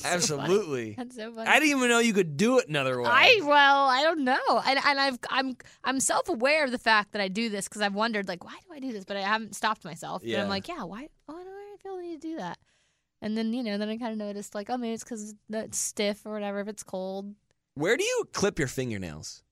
absolutely.
That's so funny.
I didn't even know you could do it another way.
I well, I don't know, and and I've I'm I'm self aware of the fact that I do this because I've wondered like why do I do this, but I haven't stopped myself. But
Yeah.
I'm like, yeah, why why do I feel the need to do that? And then you know, then I kind of noticed like, oh, maybe it's because it's stiff or whatever. If it's cold,
Where do you clip your fingernails?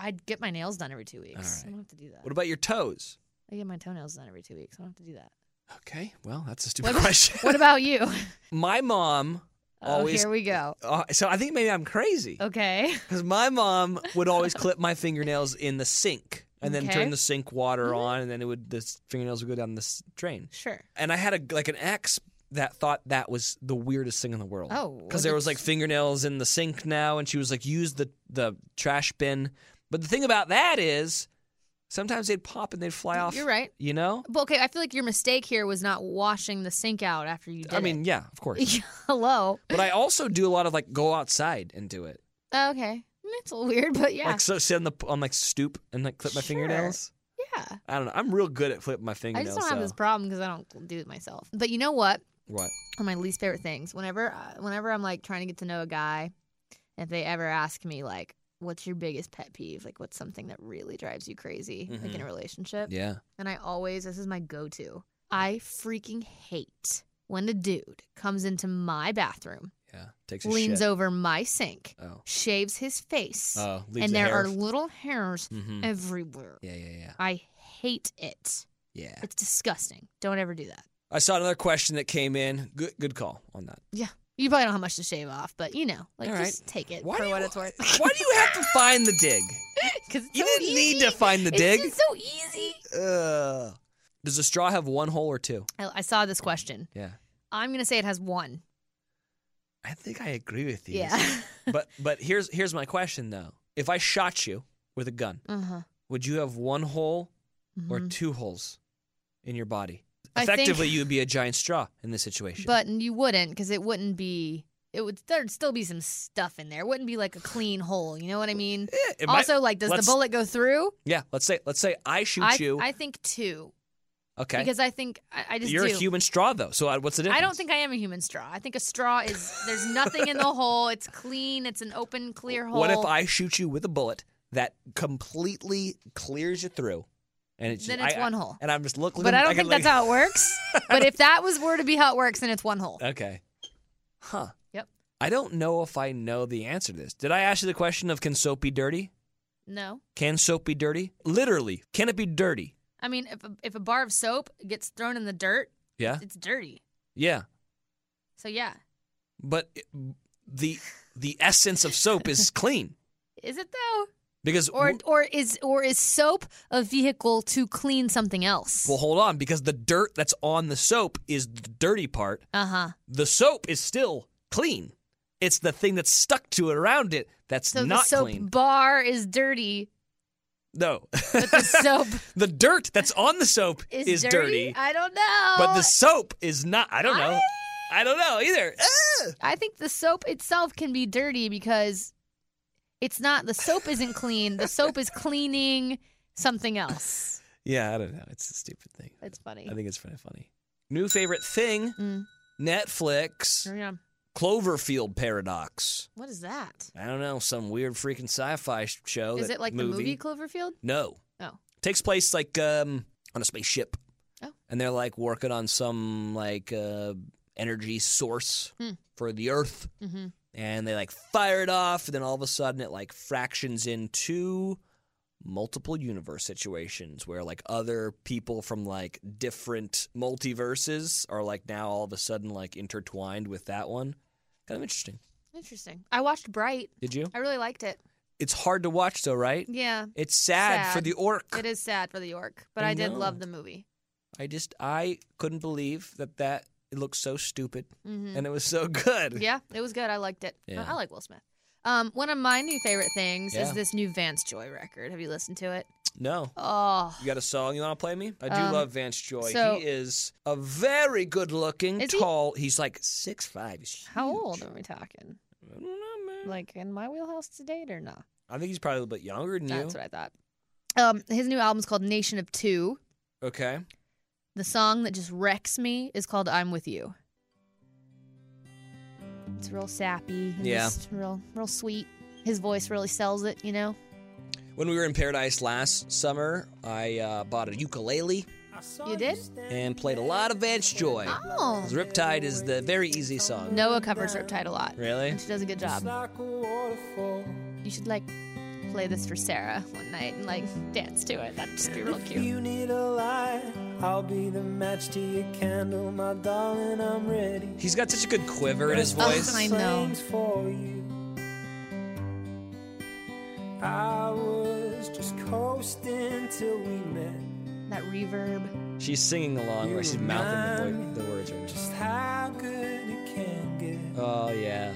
I'd get my nails done every two weeks.
All right.
I don't have to do that.
What about your toes?
I get my toenails done every two weeks. I don't have to do that.
Okay, well, that's a
What
stupid
about-
question.
What about you?
*laughs*
*laughs*
My mom
oh,
always.
here we go.
uh, so I think maybe I'm crazy *laughs*
Okay.
because my mom would always clip my fingernails in the sink and then
Okay. Mm-hmm.
turn the sink water on, and then it would the s- fingernails would go down the s- drain.
Sure.
and I had a like an ex that thought that was the weirdest thing in the world.
Oh,
because
was
there
it-
was like fingernails in the sink now, and she was like, "Use the the trash bin." But the thing about that is, sometimes they'd pop and they'd fly off.
You're right.
You know,
But okay, I feel like your mistake here was not washing the sink out after you did
I mean, yeah, of
*laughs*
course.
it. hello.
but I also do a lot of like go outside and do it,
Oh, okay. It's a little weird, but yeah.
like so sit on the on like stoop and like clip my
Sure.
fingernails.
yeah.
I don't know. I'm real good at flipping my
I
fingernails.
just don't have
so-
this problem because I don't do it myself. But you know what? *laughs*
What?
One of my least favorite things. Whenever, uh, whenever I'm like trying to get to know a guy, if they ever ask me like, "What's your biggest pet peeve? Like, what's something that really drives you crazy, like in a relationship?"
Mm-hmm. Yeah.
And I always, this is my go-to. I freaking hate when a dude comes into my bathroom,
Yeah. Takes a
leans
shit.
over my sink, *laughs*
Oh.
shaves his face,
Oh. leaves
and
the
there
hair.
are little hairs
Mhm.
everywhere.
Yeah. Yeah. Yeah.
I hate it.
Yeah.
It's disgusting. Don't ever do that.
I saw another question that came in. Good, good call on that.
You probably don't have much to shave off, but you know, like
All right.
just take it
Why
for
do
what
you-
it's worth.
*laughs* Why do you have to find the
*laughs*
dig?
'Cause it's
You
so
didn't
easy.
need to find the
It's
dig.
just so easy.
Ugh. Does a straw have one hole or two?
Oh, I, I saw this question.
Yeah,
I'm gonna say it has one.
I think I agree with you.
*laughs* Yeah.
but but here's here's my question though. If I shot you with a gun,
uh huh.
would you have one hole
Mm-hmm.
or two holes in your body?
I think-
Effectively, you'd be a giant straw in this situation.
But you wouldn't, because it wouldn't be. It would. There'd still be some stuff in there. It wouldn't be like a clean hole. You know what I mean?
Eh, it might-
also, like, does the
let's-
bullet go through?
yeah, let's say let's say I shoot
I,
you.
I think two,
okay,
because I think I, I just
you're
do.
a human straw though. So I- what's the difference?
I don't think I am a human straw. I think a straw is there's nothing in the hole. It's clean. It's an open, clear hole.
What if I shoot you with a bullet that completely clears you through? And it's
Then it's
I-
one hole.
And I'm just looking.
But I don't
can
think that's
look-
how
*laughs*
it works. but if that was were to be how it works, then it's one hole.
Okay. Huh.
Yep.
I don't know if I know the answer to this. Did I ask you the question of can soap be dirty?
No,
Can soap be dirty? Literally, can it be dirty?
I mean if a, if a bar of soap gets thrown in the dirt,
Yeah.
it's dirty.
Yeah.
So yeah,
But it- the the essence of soap
*laughs*
is clean
is it though?
because
Or
w-
or is or is soap a vehicle to clean something else?
well, hold on because the dirt that's on the soap is the dirty part.
Uh huh.
the soap is still clean. It's the thing that's stuck to it around it that's
So
not
the soap
clean.
bar is dirty,
No. *laughs*
but the soap
the dirt that's on the soap
*laughs* is, Oh.
is, dirty,
I don't know.
but the soap is not. I don't know. I don't know either.
*laughs*
Ah!
I think the soap itself can be dirty because it's not the soap isn't clean. The soap is cleaning something else.
Yeah, I don't know. It's a stupid thing.
It's funny.
I think it's kind of funny. New favorite thing
Mm.
Netflix
Carry on.
Cloverfield Paradox.
Oh, What is that?
I don't know. Some weird freaking sci fi show.
Is
that-
it like the movie Cloverfield?
No.
Oh.
takes place like um, on a spaceship.
Oh.
And they're like working on some like uh, energy source
Hmm.
for the Earth,
Mm-hmm.
and they like fire it off, and then all of a sudden it like fractions into multiple universe situations where like other people from like different multiverses are like now all of a sudden like intertwined with that one. Kind of interesting.
Interesting. I watched Bright.
Did you?
I really liked it.
It's hard to watch though, right?
Yeah,
It's sad, for
Sad.
the orc.
it is sad for the York, but
I
I, did
know.
love the movie.
I just I couldn't believe that that it looked so stupid
hmm
and it was so *laughs* good.
*laughs* Yeah, it was good. I liked it. I-
Yeah.
I, like Will Smith. Um, one of my new favorite things
Yeah.
is this new Vance Joy record. Have you listened to it?
No.
Oh,
You got a song you want to play me? I do
Um,
love Vance Joy.
so-
he is a very good looking,
Is he?
tall. He's like six five. He's
how
huge.
old are we talking?
I don't know, man.
Like in my wheelhouse to date or not?
I think he's probably a little bit younger than you.
That's what I thought. Um, his new album's called Nation of Two.
Okay.
The song that just wrecks me is called "I'm with You." It's real sappy. And
Yeah.
just real, real sweet. His voice really sells it, you know.
When we were in Paradise last summer, I uh, bought a ukulele
You did?
and played a lot of Vance Joy.
Oh,
'Cause Riptide is the very easy song.
Noah covers Riptide a lot.
Really?
And she does a good job.
Like a waterfall.
You should like play this for Sarah one night and like dance to it. That'd just be real cute.
You need a light. I'll be the match to your candle, my darling. I'm ready.
He's got such a good quiver in his
Oh,
voice.
I know.
Things for you. I was just coasting till we met.
That reverb.
She's singing along where she's mouthing the, vo- the words right now.
Just how good it can get.
Oh, yeah.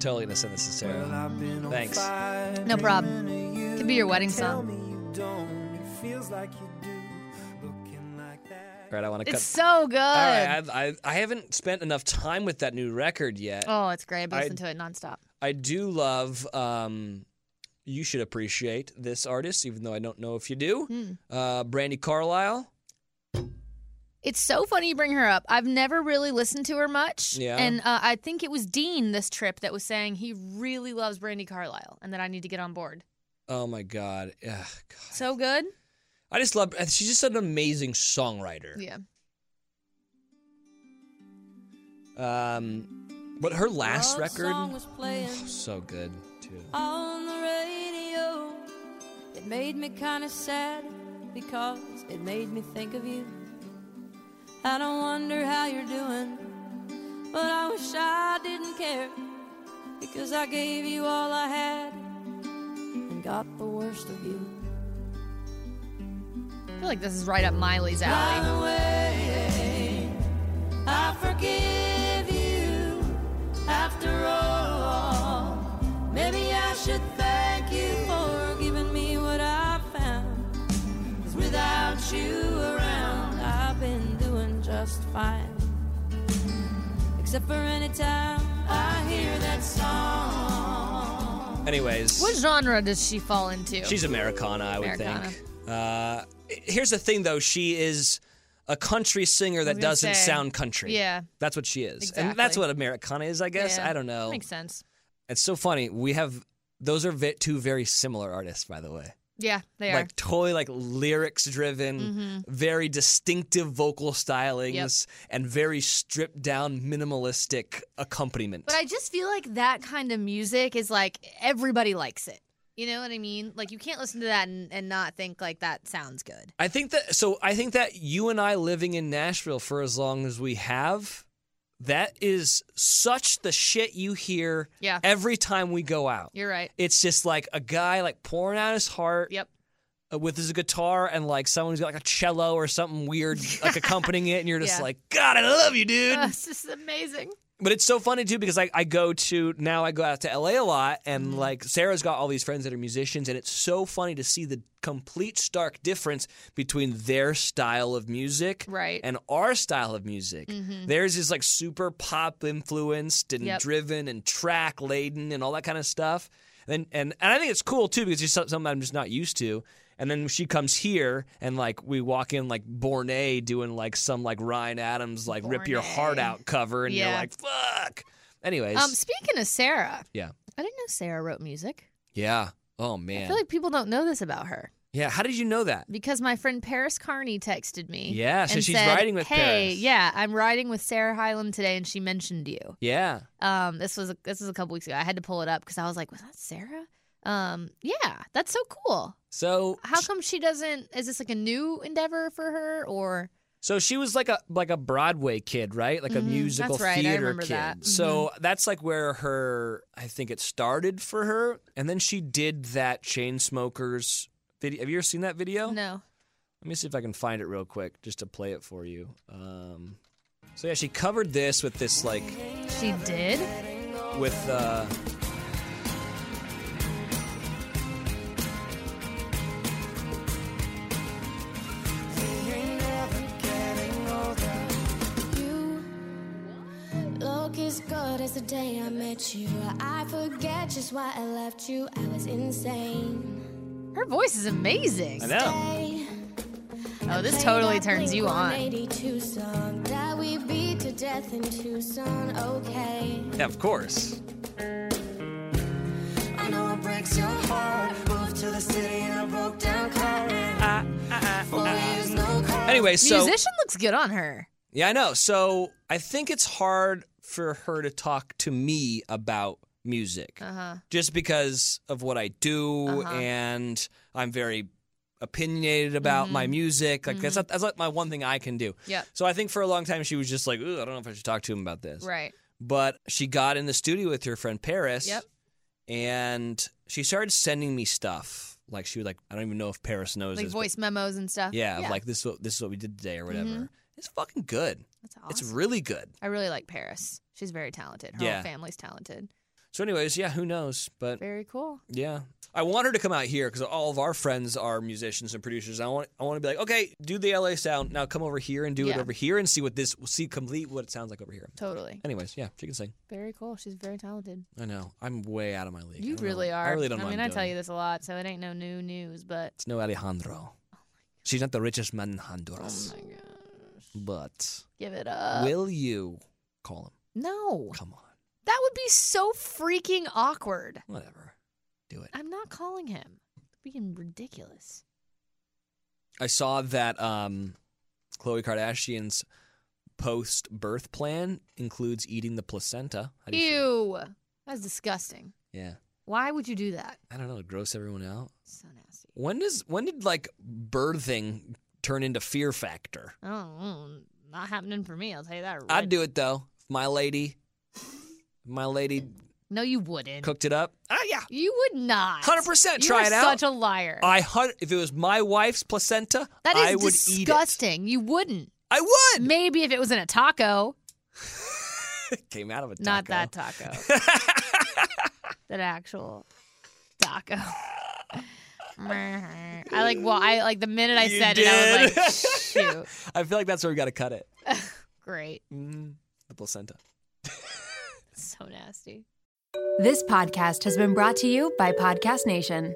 Totally gonna send this to
Well,
Sarah.
I've been on
Thanks.
fire
No problem.
dreaming of you.
Could be your wedding
Tell
song.
me you don't. It feels like you do. Looking like that.
All right, I wanna cut.
It's so good.
All right, I've, I, I haven't spent enough time with that new record yet.
Oh, it's great. I've
I-
listened to it nonstop.
I do love. Um, you should appreciate this artist, even though I don't know if you do.
Hmm.
Uh, Brandy Carlisle.
It's so funny you bring her up. I've never really listened to her much.
Yeah.
And uh, I think it was Dean this trip that was saying he really loves Brandy Carlisle and that I need to get on board.
Oh my God. Ugh, God.
So good.
I just love. uh, She's just an amazing songwriter.
Yeah.
Um, but her last
Love song
record,
was playing
so good too.
on the radio. It made me kind of sad because it made me think of you. I don't wonder how you're doing, but I wish I didn't care because I gave you all I had and got the worst of you.
I feel like this is right up Miley's alley.
By the way, I forgive you. After all, maybe I should thank you for giving me what I found. 'Cause without you around, I've been doing just fine. Except for any time I hear that song.
Anyways,
What genre does she fall into?
she's Americana, I would
Americana.
think. Uh, here's the thing, though. She is a country singer that
gonna
doesn't
say.
sound country.
Yeah.
That's what she is. And that's
Exactly.
what Americana is, I guess.
Yeah.
I don't know.
Makes sense.
It's so funny. We have those are ve- two very similar artists, by the way.
Yeah, they are. Mm-hmm.
Like mm. totally like lyrics driven, very distinctive vocal stylings, and very stripped down minimalistic accompaniment.
But I just feel like that kind of music is like everybody likes it. You know what I mean? Like you can't listen to that and, and not think like that sounds good.
I think that so I think that you and I living in Nashville for as long as we have, that is such the shit you hear
Yeah.
every time we go out.
You're right.
It's just like a guy like pouring out his heart
Yep.
uh, with his guitar and like someone's got like a cello or something weird
*laughs*
like accompanying it and you're just
Yeah.
like god i love you
*laughs*
dude
Uh, it's just amazing.
but it's so funny too because I, I go to now i go out to la a lot and like sarah's got all these friends that are musicians and it's so funny to see the complete stark difference between their style of music
Right. Mm-hmm.
and our style of music theirs is like super pop influenced and
Yep.
driven and track laden and all that kind of stuff and, and and i think it's cool too because it's just something i'm just not used to and then she comes here and like we walk in like Bornay doing like some like Ryan Adams like rip your heart
Bornay.
out cover and you're
Yeah.
like fuck. Anyways,
Um, speaking of Sarah,
yeah,
I didn't know Sarah wrote music.
yeah. Oh
I
man,
feel like people don't know this about her
yeah. How did you know that?
because my friend Paris Carney texted me.
Yeah, so
and
she's
said,
riding with
hey,
Paris."
yeah, I'm riding with Sarah Hyland today, and she mentioned you.
Yeah,
Um, this was this was a couple weeks ago. I had to pull it up because I was like, was that Sarah? Um, yeah, that's so cool.
so
How come she doesn't? Is this like a new endeavor for her, or
So she was like a like a Broadway kid, right? Like a musical
Mm-hmm. that's right. I
theater
remember
kid.
that. Mm-hmm.
So that's like where her I think it started for her, and then she did that Chainsmokers video. Have you ever seen that video?
No.
Let me see if I can find it real quick just to play it for you. Um, so yeah, she covered this with this like
She did?
with. Uh,
You look as good as the day I met you. I forget just why I left you. I was insane.
Her voice is amazing.
I know.
Hey,
Oh, this
played
totally
that
turns you on.
Blink-182 song that we beat to death in Tucson, okay.
Yeah, of course.
I know it breaks your heart. Moved to the city in a broke down car. Four years, no car.
Anyway, so
Musician looks good on her.
Yeah, I know. So I think it's hard for her to talk to me about music
Uh-huh.
just because of what I do and I'm very opinionated about
Mm-hmm.
my music. Like that's not, that's like my one thing I can do.
Yep.
So I think for a long time she was just like, "Ooh, I don't know if I should talk to him about this."
Right.
But she got in the studio with her friend Paris.
Yep.
And she started sending me stuff. Like she was like, I don't even know if Paris knows
Like
this. but-
voice memos and stuff.
yeah, of like this is what this is what we did today or whatever. It's fucking good.
That's
It's
awesome.
really good.
I really like Paris. She's very talented. Her
Yeah.
whole family's talented.
So, anyways, yeah, who knows? But
Very cool.
yeah, I want her to come out here because all of our friends are musicians and producers. I want, I want to be like, okay, do the LA sound now. Come over here and do it
Yeah.
over here and see what this, see complete what it sounds like over here.
Totally.
Anyways, yeah, she can sing.
Very cool. She's very talented.
I know I'm way out of my league. I
You
don't know.
really are.
I really don't. know
I
what
mean,
I'm
I tell
doing.
you this a lot, so it ain't no new news, but
it's no Alejandro. She's not the richest man in Honduras,
oh my Uh, god,
but
give it up.
will you call him?
no,
Come on,
that would be so freaking awkward.
whatever, do it.
I'm not calling him. Being ridiculous.
I saw that um Khloe Kardashian's post birth plan includes eating the placenta. How do you feel?
Ew, that's disgusting.
Yeah.
Why would you do that?
I don't know, to gross everyone out.
So nasty.
When does when did like birthing turn into fear factor?
Oh, mm, not happening for me. I'll tell you that. Right.
I'd do it though. If my lady if my lady
No, you wouldn't.
cooked it up. Ah yeah.
You would not.
100%
You
try
are
it out.
Such a liar.
I hun- if it was my wife's placenta,
that is
I would eat it.
disgusting. You wouldn't.
I would.
Maybe if it was in a taco.
*laughs* Came out of a taco.
Not that taco.
*laughs*
that actual taco. I like well I like the minute I
You
said it I was
did. *laughs*
like shoot.
I feel like that's where we got to cut it.
Great.
Mm, the placenta.
So nasty.
This podcast has been brought to you by Podcast Nation.